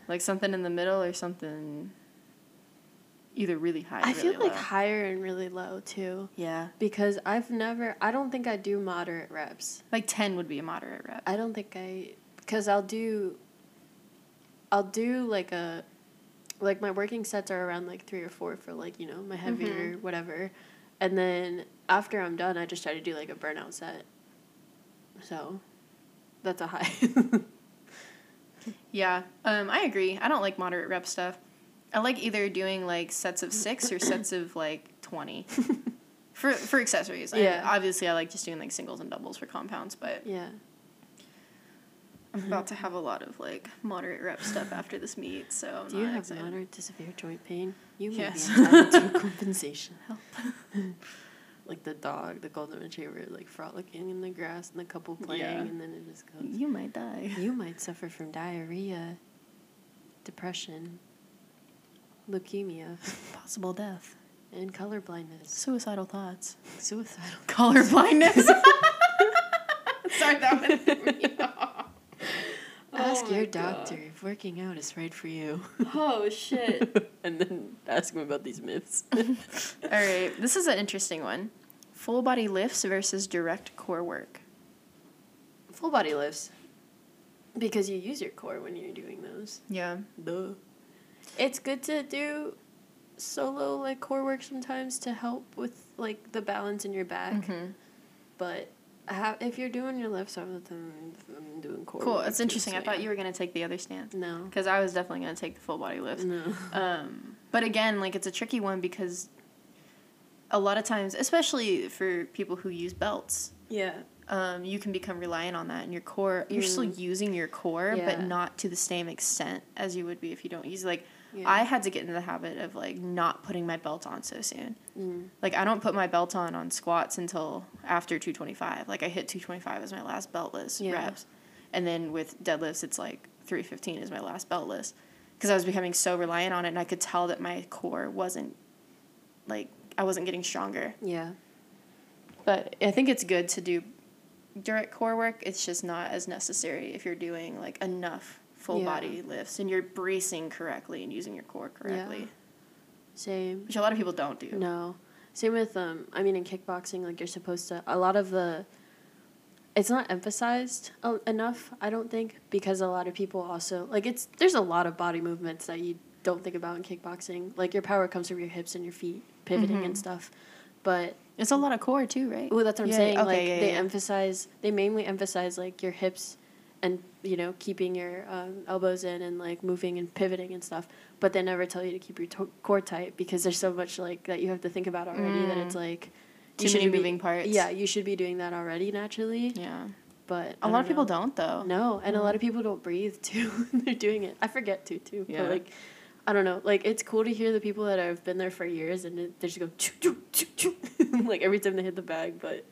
S3: Like something in the middle or something either really high. or
S4: I feel
S3: really
S4: like
S3: low.
S4: higher and really low too,
S3: yeah,
S4: because I've never. I don't think I do moderate reps.
S3: like ten would be a moderate rep.
S4: I don't think I, because I'll do. I'll do like a, like my working sets are around like three or four for like you know my heavier whatever, and then after I'm done, I just try to do like a burnout set. So, that's a high.
S3: Yeah, um, I agree. I don't like moderate rep stuff. I like either doing like sets of six or sets of like twenty. For, for accessories,
S4: Yeah.
S3: I, obviously I like just doing like singles and doubles for compounds, but
S4: yeah. Mm-hmm.
S3: I'm about to have a lot of like moderate rep stuff after this meet, so I'm
S4: Do you
S3: not
S4: have
S3: excited.
S4: moderate to severe joint pain? You may
S3: Yes.
S4: be entitled to compensation. Help. like the dog, the golden retriever, like frolicking in the grass and the couple playing,
S3: Yeah.
S4: and then it just goes.
S3: You might die.
S4: You might suffer from diarrhea, depression, leukemia,
S3: Possible death.
S4: and color blindness,
S3: Suicidal thoughts.
S4: suicidal.
S3: Color blindness. Sorry, that one threw me off.
S4: Ask
S3: Oh my
S4: your
S3: God.
S4: doctor if working out is right for you.
S3: Oh shit.
S4: and then ask him about these myths.
S3: All right, this is an interesting one. Full body lifts versus direct core work.
S4: Full body lifts. Because you use your core when you're doing those.
S3: Yeah.
S4: Duh. It's good to do solo like core work sometimes to help with like the balance in your back.
S3: Mm-hmm.
S4: But I have, if you're doing your lifts all the time, I'm doing core.
S3: Cool.
S4: work
S3: That's
S4: too,
S3: interesting.
S4: so
S3: I thought
S4: yeah.
S3: you were gonna take the other stance
S4: No.
S3: because I was definitely gonna take the full body lift.
S4: No.
S3: Um, but again, like it's a tricky one because a lot of times, especially for people who use belts,
S4: Yeah.
S3: um, you can become reliant on that and your core you're still using your core but
S4: Yeah.
S3: not to the same extent as you would be if you don't use like
S4: Yeah.
S3: i had to get into the habit of like not putting my belt on so soon
S4: Mm,
S3: like i don't put my belt on on squats until after 225 like i hit 225 as my last beltless
S4: Yeah.
S3: reps and then with deadlifts it's like 315 is my last beltless because i was becoming so reliant on it and i could tell that my core wasn't like i wasn't getting stronger
S4: Yeah.
S3: but I think it's good to do direct core work. It's just not as necessary if you're doing like enough full
S4: Yeah.
S3: body lifts and you're bracing correctly and using your core correctly,
S4: Same.
S3: which a lot of people don't do.
S4: No. Same with um I mean in kickboxing like you're supposed to a lot of the it's not emphasized o- enough, I don't think, because a lot of people also like it's there's a lot of body movements that you don't think about in kickboxing. Like your power comes from your hips and your feet pivoting and stuff. But
S3: It's a lot of core too, right?
S4: well, that's what I'm
S3: Yeah,
S4: saying.
S3: okay,
S4: like
S3: yeah,
S4: they
S3: yeah.
S4: emphasize, they mainly emphasize like your hips, and you know keeping your um, elbows in and like moving and pivoting and stuff. But they never tell you to keep your to- core tight because there's so much like that you have to think about already that it's like
S3: Mm. too many moving parts.
S4: Yeah, you should be doing that already naturally.
S3: Yeah.
S4: But
S3: A
S4: I
S3: lot of people
S4: know.
S3: don't though.
S4: No, and a
S3: Mm-hmm.
S4: lot of people don't breathe too. when They're doing it. I forget to too.
S3: Yeah.
S4: But like, I don't know. Like it's cool to hear the people that have been there for years and it- they just go choo, choo, choo, choo, like every time they hit the bag. But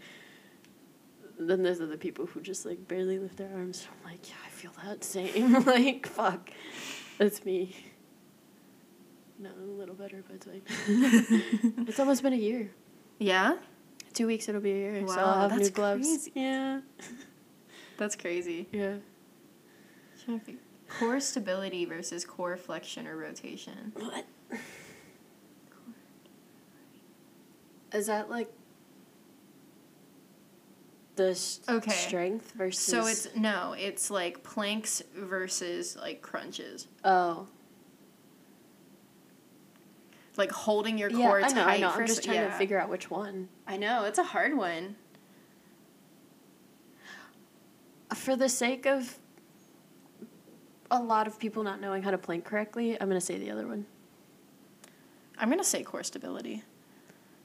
S4: then there's other people who just like barely lift their arms. I'm like, yeah, I feel that same. like fuck, that's me. No, a little better, but it's fine. it's almost been a year.
S3: Yeah?
S4: Two weeks it'll be a year. so
S3: Wow,
S4: I'll have
S3: that's
S4: new gloves.
S3: crazy.
S4: Yeah.
S3: That's crazy.
S4: Yeah.
S3: Core stability versus core flexion or rotation.
S4: What? Is that like the s-
S3: Okay.
S4: strength versus?
S3: So it's no, it's like planks versus like crunches.
S4: oh
S3: Like holding your
S4: yeah.
S3: core
S4: I know.
S3: tight
S4: I know.
S3: for
S4: I'm just
S3: s-
S4: trying to
S3: yeah.
S4: figure out which one.
S3: I know, it's a hard one.
S4: For the sake of a lot of people not knowing how to plank correctly, I'm gonna say the other one.
S3: I'm going to say core stability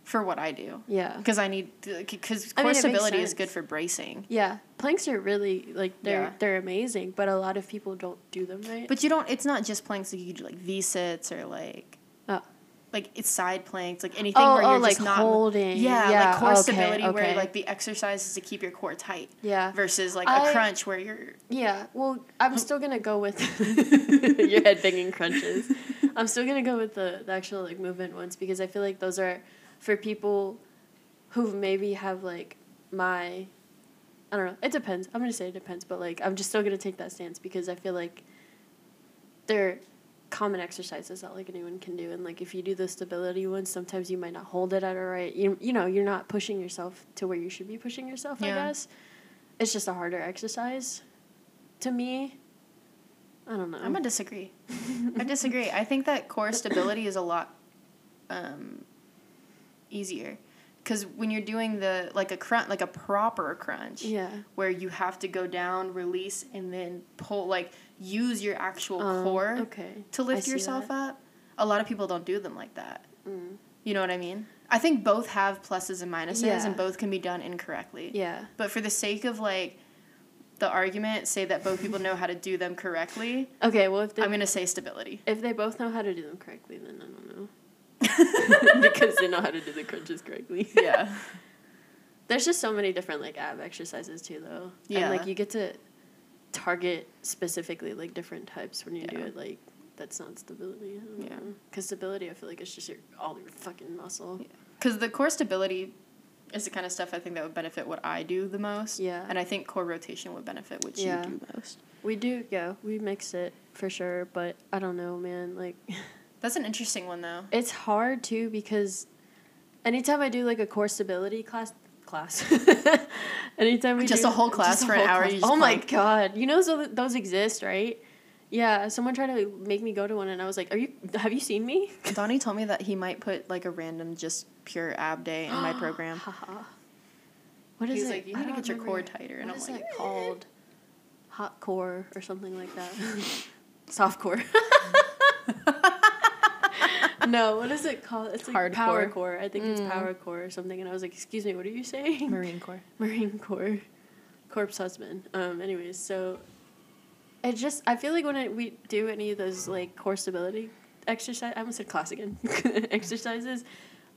S3: for what I do.
S4: Yeah.
S3: Because I need, because
S4: I
S3: core
S4: mean, it makes
S3: stability is
S4: sense.
S3: good for bracing.
S4: Yeah, planks are really like they're
S3: Yeah.
S4: they're amazing, but a lot of people don't do them right.
S3: But you don't, it's not just planks, like you could do like V sits or like,
S4: oh.
S3: like it's side planks, like anything
S4: Oh,
S3: where
S4: oh,
S3: you're
S4: like
S3: just not
S4: holding.
S3: Yeah,
S4: Yeah,
S3: like core
S4: okay,
S3: stability
S4: okay.
S3: where like the exercise is to keep your core tight.
S4: Yeah.
S3: Versus like a
S4: I-
S3: crunch where you're
S4: Yeah, well, I'm still gonna go with your head banging crunches. I'm still gonna go with the, the actual like movement ones because I feel like those are for people who maybe have like my I don't know, it depends. I'm gonna say it depends, but like I'm just still gonna take that stance because I feel like they're common exercises that like anyone can do and like if you do the stability ones sometimes you might not hold it at all right you, you know you're not pushing yourself to where you should be pushing yourself i
S3: Yeah.
S4: guess it's just a harder exercise to me i don't know
S3: I'm gonna disagree. I disagree. I think that core stability is a lot um, easier because when you're doing the like a crunch, like a proper crunch,
S4: yeah
S3: where you have to go down, release, and then pull, like use your actual
S4: Um,
S3: core
S4: okay
S3: to
S4: I
S3: lift
S4: see
S3: yourself
S4: that.
S3: up. A lot of people don't do them like that.
S4: Mm.
S3: You know what I mean? I think both have pluses and minuses,
S4: Yeah.
S3: and both can be done incorrectly.
S4: yeah
S3: But for the sake of like the argument, say that both people know how to do them correctly.
S4: okay well if they
S3: I'm gonna say stability.
S4: if they both know how to do them correctly then i don't know because they know how to do the crunches correctly
S3: Yeah.
S4: There's just so many different like ab exercises too though.
S3: Yeah.
S4: And like you get to target specifically like different types when you do
S3: Yeah.
S4: it like that's not stability. I don't
S3: Yeah.
S4: know. Cuz stability I feel like it's just your all your fucking muscle.
S3: Yeah. Because the core stability is the kind of stuff I think that would benefit what I do the most.
S4: Yeah.
S3: And I think core rotation would benefit what
S4: Yeah.
S3: you do most.
S4: We do yeah, we mix it for sure, but I don't know, man, like
S3: That's an interesting one though.
S4: It's hard too because anytime I do like a core stability class class. anytime we
S3: Just
S4: do-
S3: a whole class
S4: a
S3: for an
S4: whole
S3: hour,
S4: class-
S3: you just
S4: oh my
S3: plank.
S4: god! You know so those exist, right? Yeah, someone tried to make me go to one, and I was like, "Are you? Have you seen me?"
S3: Donnie told me that he might put like a random just pure ab day in my program.
S4: Haha. what is
S3: He's
S4: it?
S3: like, you
S4: I
S3: need to
S4: don't
S3: get your
S4: remember.
S3: core tighter, and
S4: What
S3: I'm
S4: is
S3: like,
S4: that called hot core or something like that. Soft core. no, what is it called? It's like
S3: Hard
S4: power
S3: core. Mm.
S4: core. I think it's power core or something. And I was like, excuse me, what are you saying?
S3: Marine core.
S4: Marine Corps, corpse husband. Um, anyways, so it just I feel like when I, we do any of those like core stability exercise, I almost said class again exercises,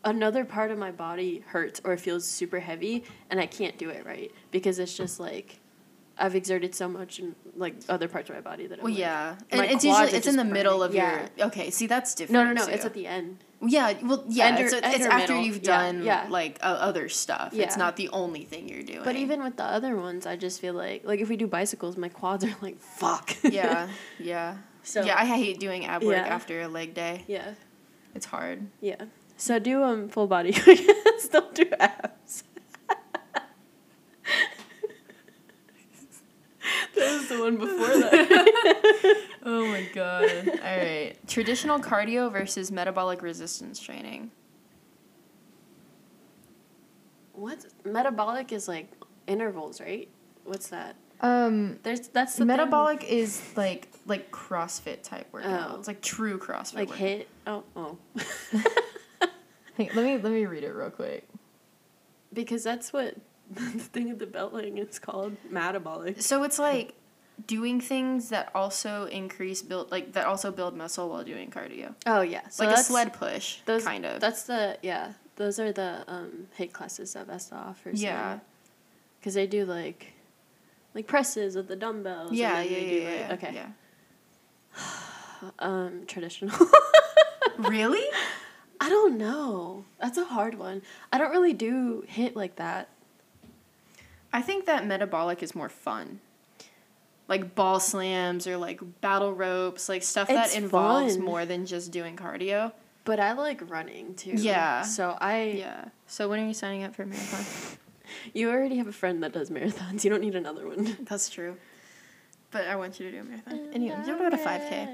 S4: another part of my body hurts or feels super heavy, and I can't do it right because it's just like. I've exerted so much in like other parts of my body that I'm
S3: Well,
S4: like-
S3: yeah,
S4: my
S3: and it's
S4: quads
S3: usually
S4: are
S3: it's in
S4: just
S3: the middle
S4: burning.
S3: of
S4: Yeah.
S3: your. Okay, see that's different.
S4: no no no
S3: too.
S4: it's at the end
S3: Yeah, well, yeah,
S4: End or-
S3: it's, it's
S4: end or
S3: after
S4: middle.
S3: you've
S4: Yeah,
S3: done
S4: yeah.
S3: like o- other stuff.
S4: Yeah.
S3: It's not the only thing you're doing.
S4: but even with the other ones I just feel like like if we do bicycles my quads are like fuck
S3: yeah, yeah.
S4: So-
S3: yeah, I hate doing ab work
S4: Yeah.
S3: after a leg day.
S4: yeah
S3: It's hard.
S4: Yeah. So do um full body. Don't do abs. that was the one before that.
S3: Oh my god. All right. Traditional cardio versus metabolic resistance training.
S4: What's metabolic is like intervals, right? What's that?
S3: Um
S4: There's that's the thing.
S3: metabolic is like like CrossFit type workouts.
S4: Oh.
S3: It's like true CrossFit
S4: like
S3: workout.
S4: hit. Oh oh.
S3: Hey, let me let me read it real quick.
S4: because that's what the thing at the beltline is called metabolic.
S3: So it's like doing things that also increase build like that also build muscle while doing cardio.
S4: Oh yeah, so
S3: like a
S4: that's-
S3: sled push,
S4: Those
S3: kind of.
S4: That's the yeah. Those are the um, hit classes that Vesta offers.
S3: Yeah.
S4: because they do like, like presses with the dumbbells. and
S3: yeah,
S4: then
S3: yeah,
S4: they
S3: yeah,
S4: do, like-
S3: yeah,
S4: okay.
S3: yeah.
S4: Um, traditional.
S3: really?
S4: I don't know. That's a hard one. I don't really do hit like that.
S3: I think that metabolic is more fun. Like ball slams or like battle ropes, like stuff
S4: It's
S3: that involves
S4: fun.
S3: more than just doing cardio.
S4: But I like running too.
S3: Yeah.
S4: So I.
S3: Yeah. So when are you signing up for a marathon?
S4: You already have a friend that does marathons. You don't need another one.
S3: That's true. But I want you to do a marathon. Anyway, you about a five k.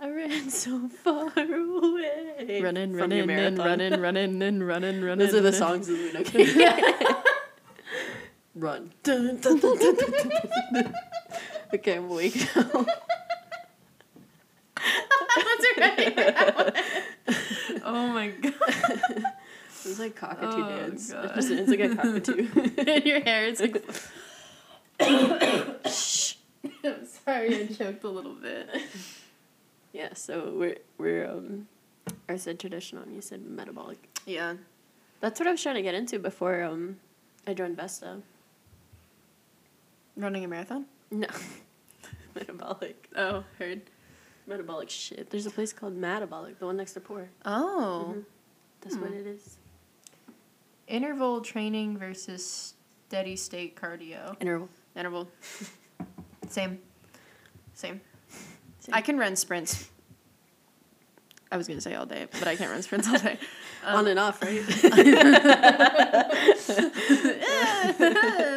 S4: I ran so far away.
S3: Running,
S4: from
S3: running,
S4: your
S3: and
S4: marathon.
S3: running, running, and running, running.
S4: Those are
S3: running.
S4: the songs of Luna Cage. Run. Dun, dun, dun, dun, dun, dun, dun. okay, I'm awake now.
S3: Oh my god.
S4: It's like cockatoo
S3: Oh,
S4: dance.
S3: God.
S4: It just sounds like a cockatoo.
S3: And your hair is like. I'm sorry, I choked a little bit.
S4: yeah, so we're we're um I said traditional and you said metabolic.
S3: Yeah.
S4: That's what I was trying to get into before um I joined Vesta.
S3: Running a marathon?
S4: No. metabolic.
S3: Oh, heard.
S4: Metabolic shit. There's a place called Metabolic, the one next to Poor.
S3: Oh.
S4: Mhm. That's what
S3: Hmm.
S4: it is.
S3: Interval training versus steady state cardio.
S4: Interval.
S3: Interval. Same. Same.
S4: Same.
S3: I can run sprints. I was gonna say all day, but I can't run sprints all day. Um,
S4: On and off, right?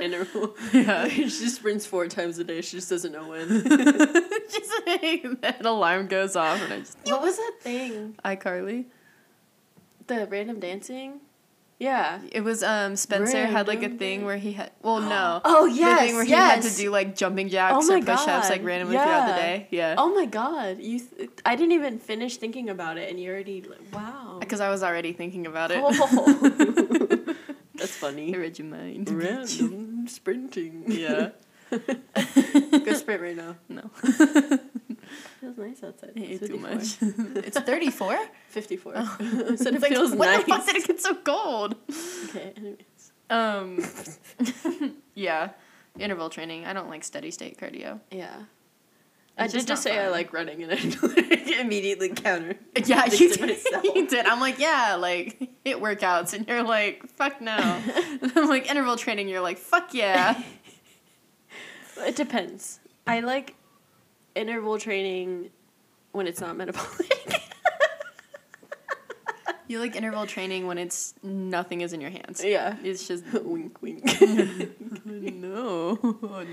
S4: Interval.
S3: Yeah.
S4: she sprints four times a day. She just doesn't know when.
S3: just like that alarm goes off and I just
S4: what was that thing?
S3: iCarly.
S4: The random dancing? Yeah.
S3: It was um Spencer had like a
S4: Random
S3: thing where he had well no.
S4: Oh,
S3: the thing where he had to do like jumping jacks
S4: Oh
S3: or
S4: my
S3: push ups like
S4: God,
S3: randomly throughout
S4: yeah.
S3: the day. Yeah.
S4: Oh my god. You th- I didn't even finish thinking about it and you already like, wow.
S3: Because I was already thinking about it.
S4: Oh. That's
S3: I
S4: funny.
S3: read your mind.
S4: Random sprinting.
S3: Yeah.
S4: Go sprint right now.
S3: No.
S4: Feels nice outside.
S3: I ate
S4: It's
S3: too
S4: 54.
S3: much. it's 34?
S4: 54.
S3: I
S4: said it feels
S3: what
S4: nice.
S3: the fuck did it get so cold?
S4: Okay, anyways.
S3: Um, yeah. Interval training. I don't like steady state cardio.
S4: Yeah. I
S3: It's
S4: did
S3: just
S4: just
S3: not
S4: say I
S3: fun.
S4: like running and I like, immediately counter.
S3: Yeah,
S4: Just
S3: you
S4: to
S3: did.
S4: myself.
S3: You did. I'm like, yeah, like hit workouts, and you're like, fuck no.
S4: Oh.
S3: And I'm like interval training. You're like, fuck yeah.
S4: It depends. I like interval training when it's not metabolic.
S3: You like interval training when it's nothing is in your hands.
S4: yeah.
S3: It's just
S4: wink, wink.
S3: no,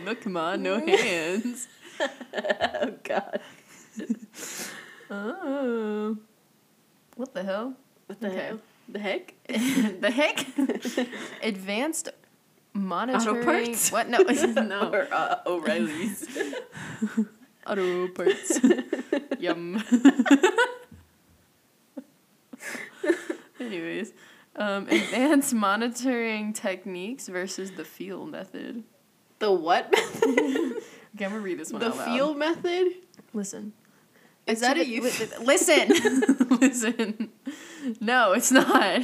S3: look, ma, no hands.
S4: oh, God.
S3: Oh, what the hell?
S4: What the
S3: Okay.
S4: heck? The heck?
S3: the heck? Advanced monitoring.
S4: parts?
S3: What? No, no.
S4: Or uh, O'Reilly's.
S3: Auto parts. Yum. Anyways, um, advanced monitoring techniques versus the feel method.
S4: the what method?
S3: Okay, I'm gonna read this one.
S4: the
S3: out loud.
S4: feel method?
S3: Listen.
S4: Is that a youth?
S3: Listen. Listen. No, it's not.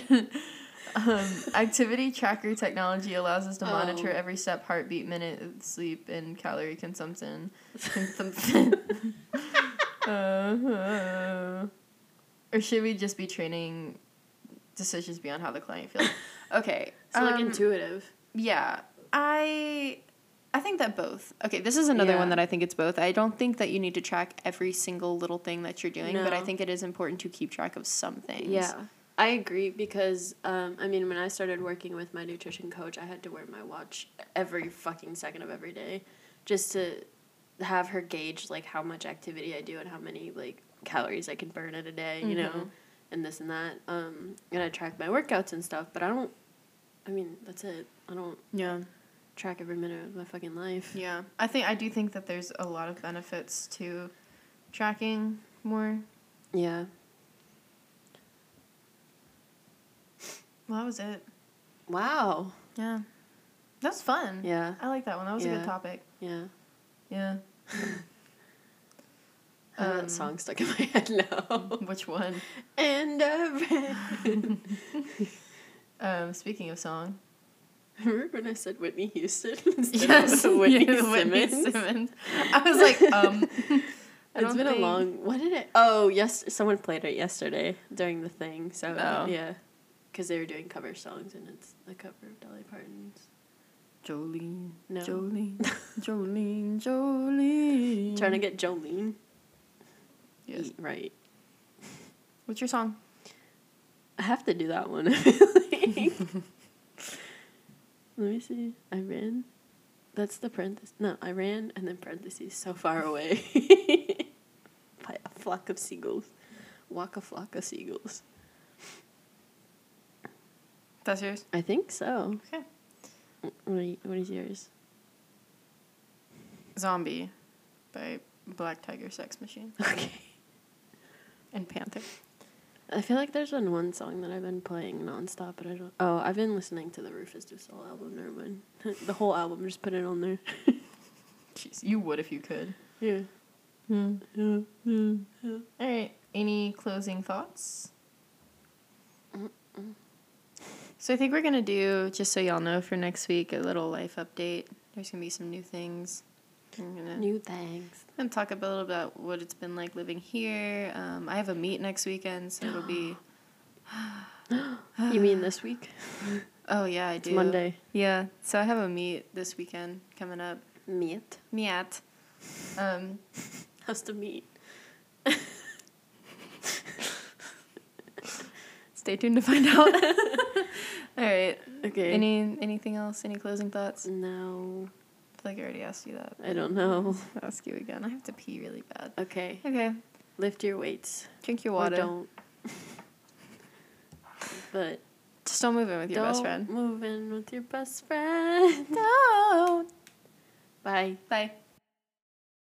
S3: Um, activity tracker technology allows us to
S4: Oh.
S3: monitor every step, heartbeat, minute, sleep, and calorie consumption. Uh-huh. Or should we just be training decisions beyond how the client feels? Okay.
S4: It's like
S3: um,
S4: intuitive.
S3: yeah. I I think that both. Okay, this is another
S4: Yeah.
S3: one that I think it's both. I don't think that you need to track every single little thing that you're doing, but I
S4: No.
S3: think it is important to keep track of some things.
S4: Yeah, I agree because um, I mean, when I started working with my nutrition coach, I had to wear my watch every fucking second of every day, just to have her gauge like how much activity I do and how many like calories I can burn in a day, you know,
S3: Mm-hmm.
S4: and this and that. Um, and I track my workouts and stuff, but I don't. I mean, that's it. I don't
S3: Yeah.
S4: track every minute of my fucking life.
S3: Yeah. I think I do think that there's a lot of benefits to tracking more.
S4: Yeah.
S3: Well, that was it.
S4: Wow.
S3: Yeah. That's fun.
S4: Yeah.
S3: I like that one. That was a
S4: Yeah.
S3: good topic.
S4: Yeah.
S3: Yeah.
S4: I have
S3: Um,
S4: Uh, that song stuck in my head now.
S3: Which one?
S4: and I read.
S3: Um, speaking of song.
S4: Remember when I said Whitney Houston instead
S3: Yes.
S4: of Whitney
S3: yes, Whitney
S4: Simmons?
S3: Simmons. I was like, um, I
S4: it's
S3: don't
S4: been a
S3: think-
S4: long. What did it? Oh, yes. Someone played it yesterday during the thing. So
S3: Oh.
S4: yeah, because they were doing cover songs, and it's a cover of Dolly Parton's.
S5: Jolene.
S4: No.
S5: Jolene. Jolene. Jolene.
S4: Trying to get Jolene
S3: Yes.
S4: Ye- right.
S3: What's your song?
S4: I have to do that one. I feel like. Let me see. I ran. That's the parenthesis. No, I ran and then parentheses so far away. By a flock of seagulls. Walk a flock of seagulls.
S3: That's yours?
S4: I think so.
S3: Okay.
S4: What, are- what is yours?
S3: Zombie by Black Tiger Sex Machine
S4: Okay.
S3: and Panther.
S4: I feel like there's been one song that I've been playing nonstop, but I don't. Oh, I've been listening to the Rufus Du Sol album. Never mind. the whole album. Just put it on there.
S3: Jeez, you would if you could.
S4: yeah. Hmm.
S3: All right. Any closing thoughts? So I think we're gonna do just so y'all know for next week a little life update. There's gonna be some new things. I'm gonna
S4: New things.
S3: and talk a little about what it's been like living here. Um, I have a meet next weekend, so it'll be.
S4: You mean this week?
S3: Oh yeah, I
S4: It's
S3: do.
S4: Monday.
S3: Yeah, so I have a meet this weekend coming up.
S4: Meet.
S3: Meet. Um,
S4: How's the meet?
S3: stay tuned to find out. All right.
S4: Okay.
S3: Any anything else? Any closing thoughts? I
S4: No,
S3: feel like I already asked you that.
S4: I don't know.
S3: I'll ask you again. I have to pee really bad.
S4: Okay.
S3: Okay.
S4: Lift your weights.
S3: Drink your
S4: Or
S3: water.
S4: don't. but
S3: Just don't move in with your
S4: don't
S3: best friend.
S4: move in with your best friend.
S3: Don't.
S4: Bye.
S3: Bye.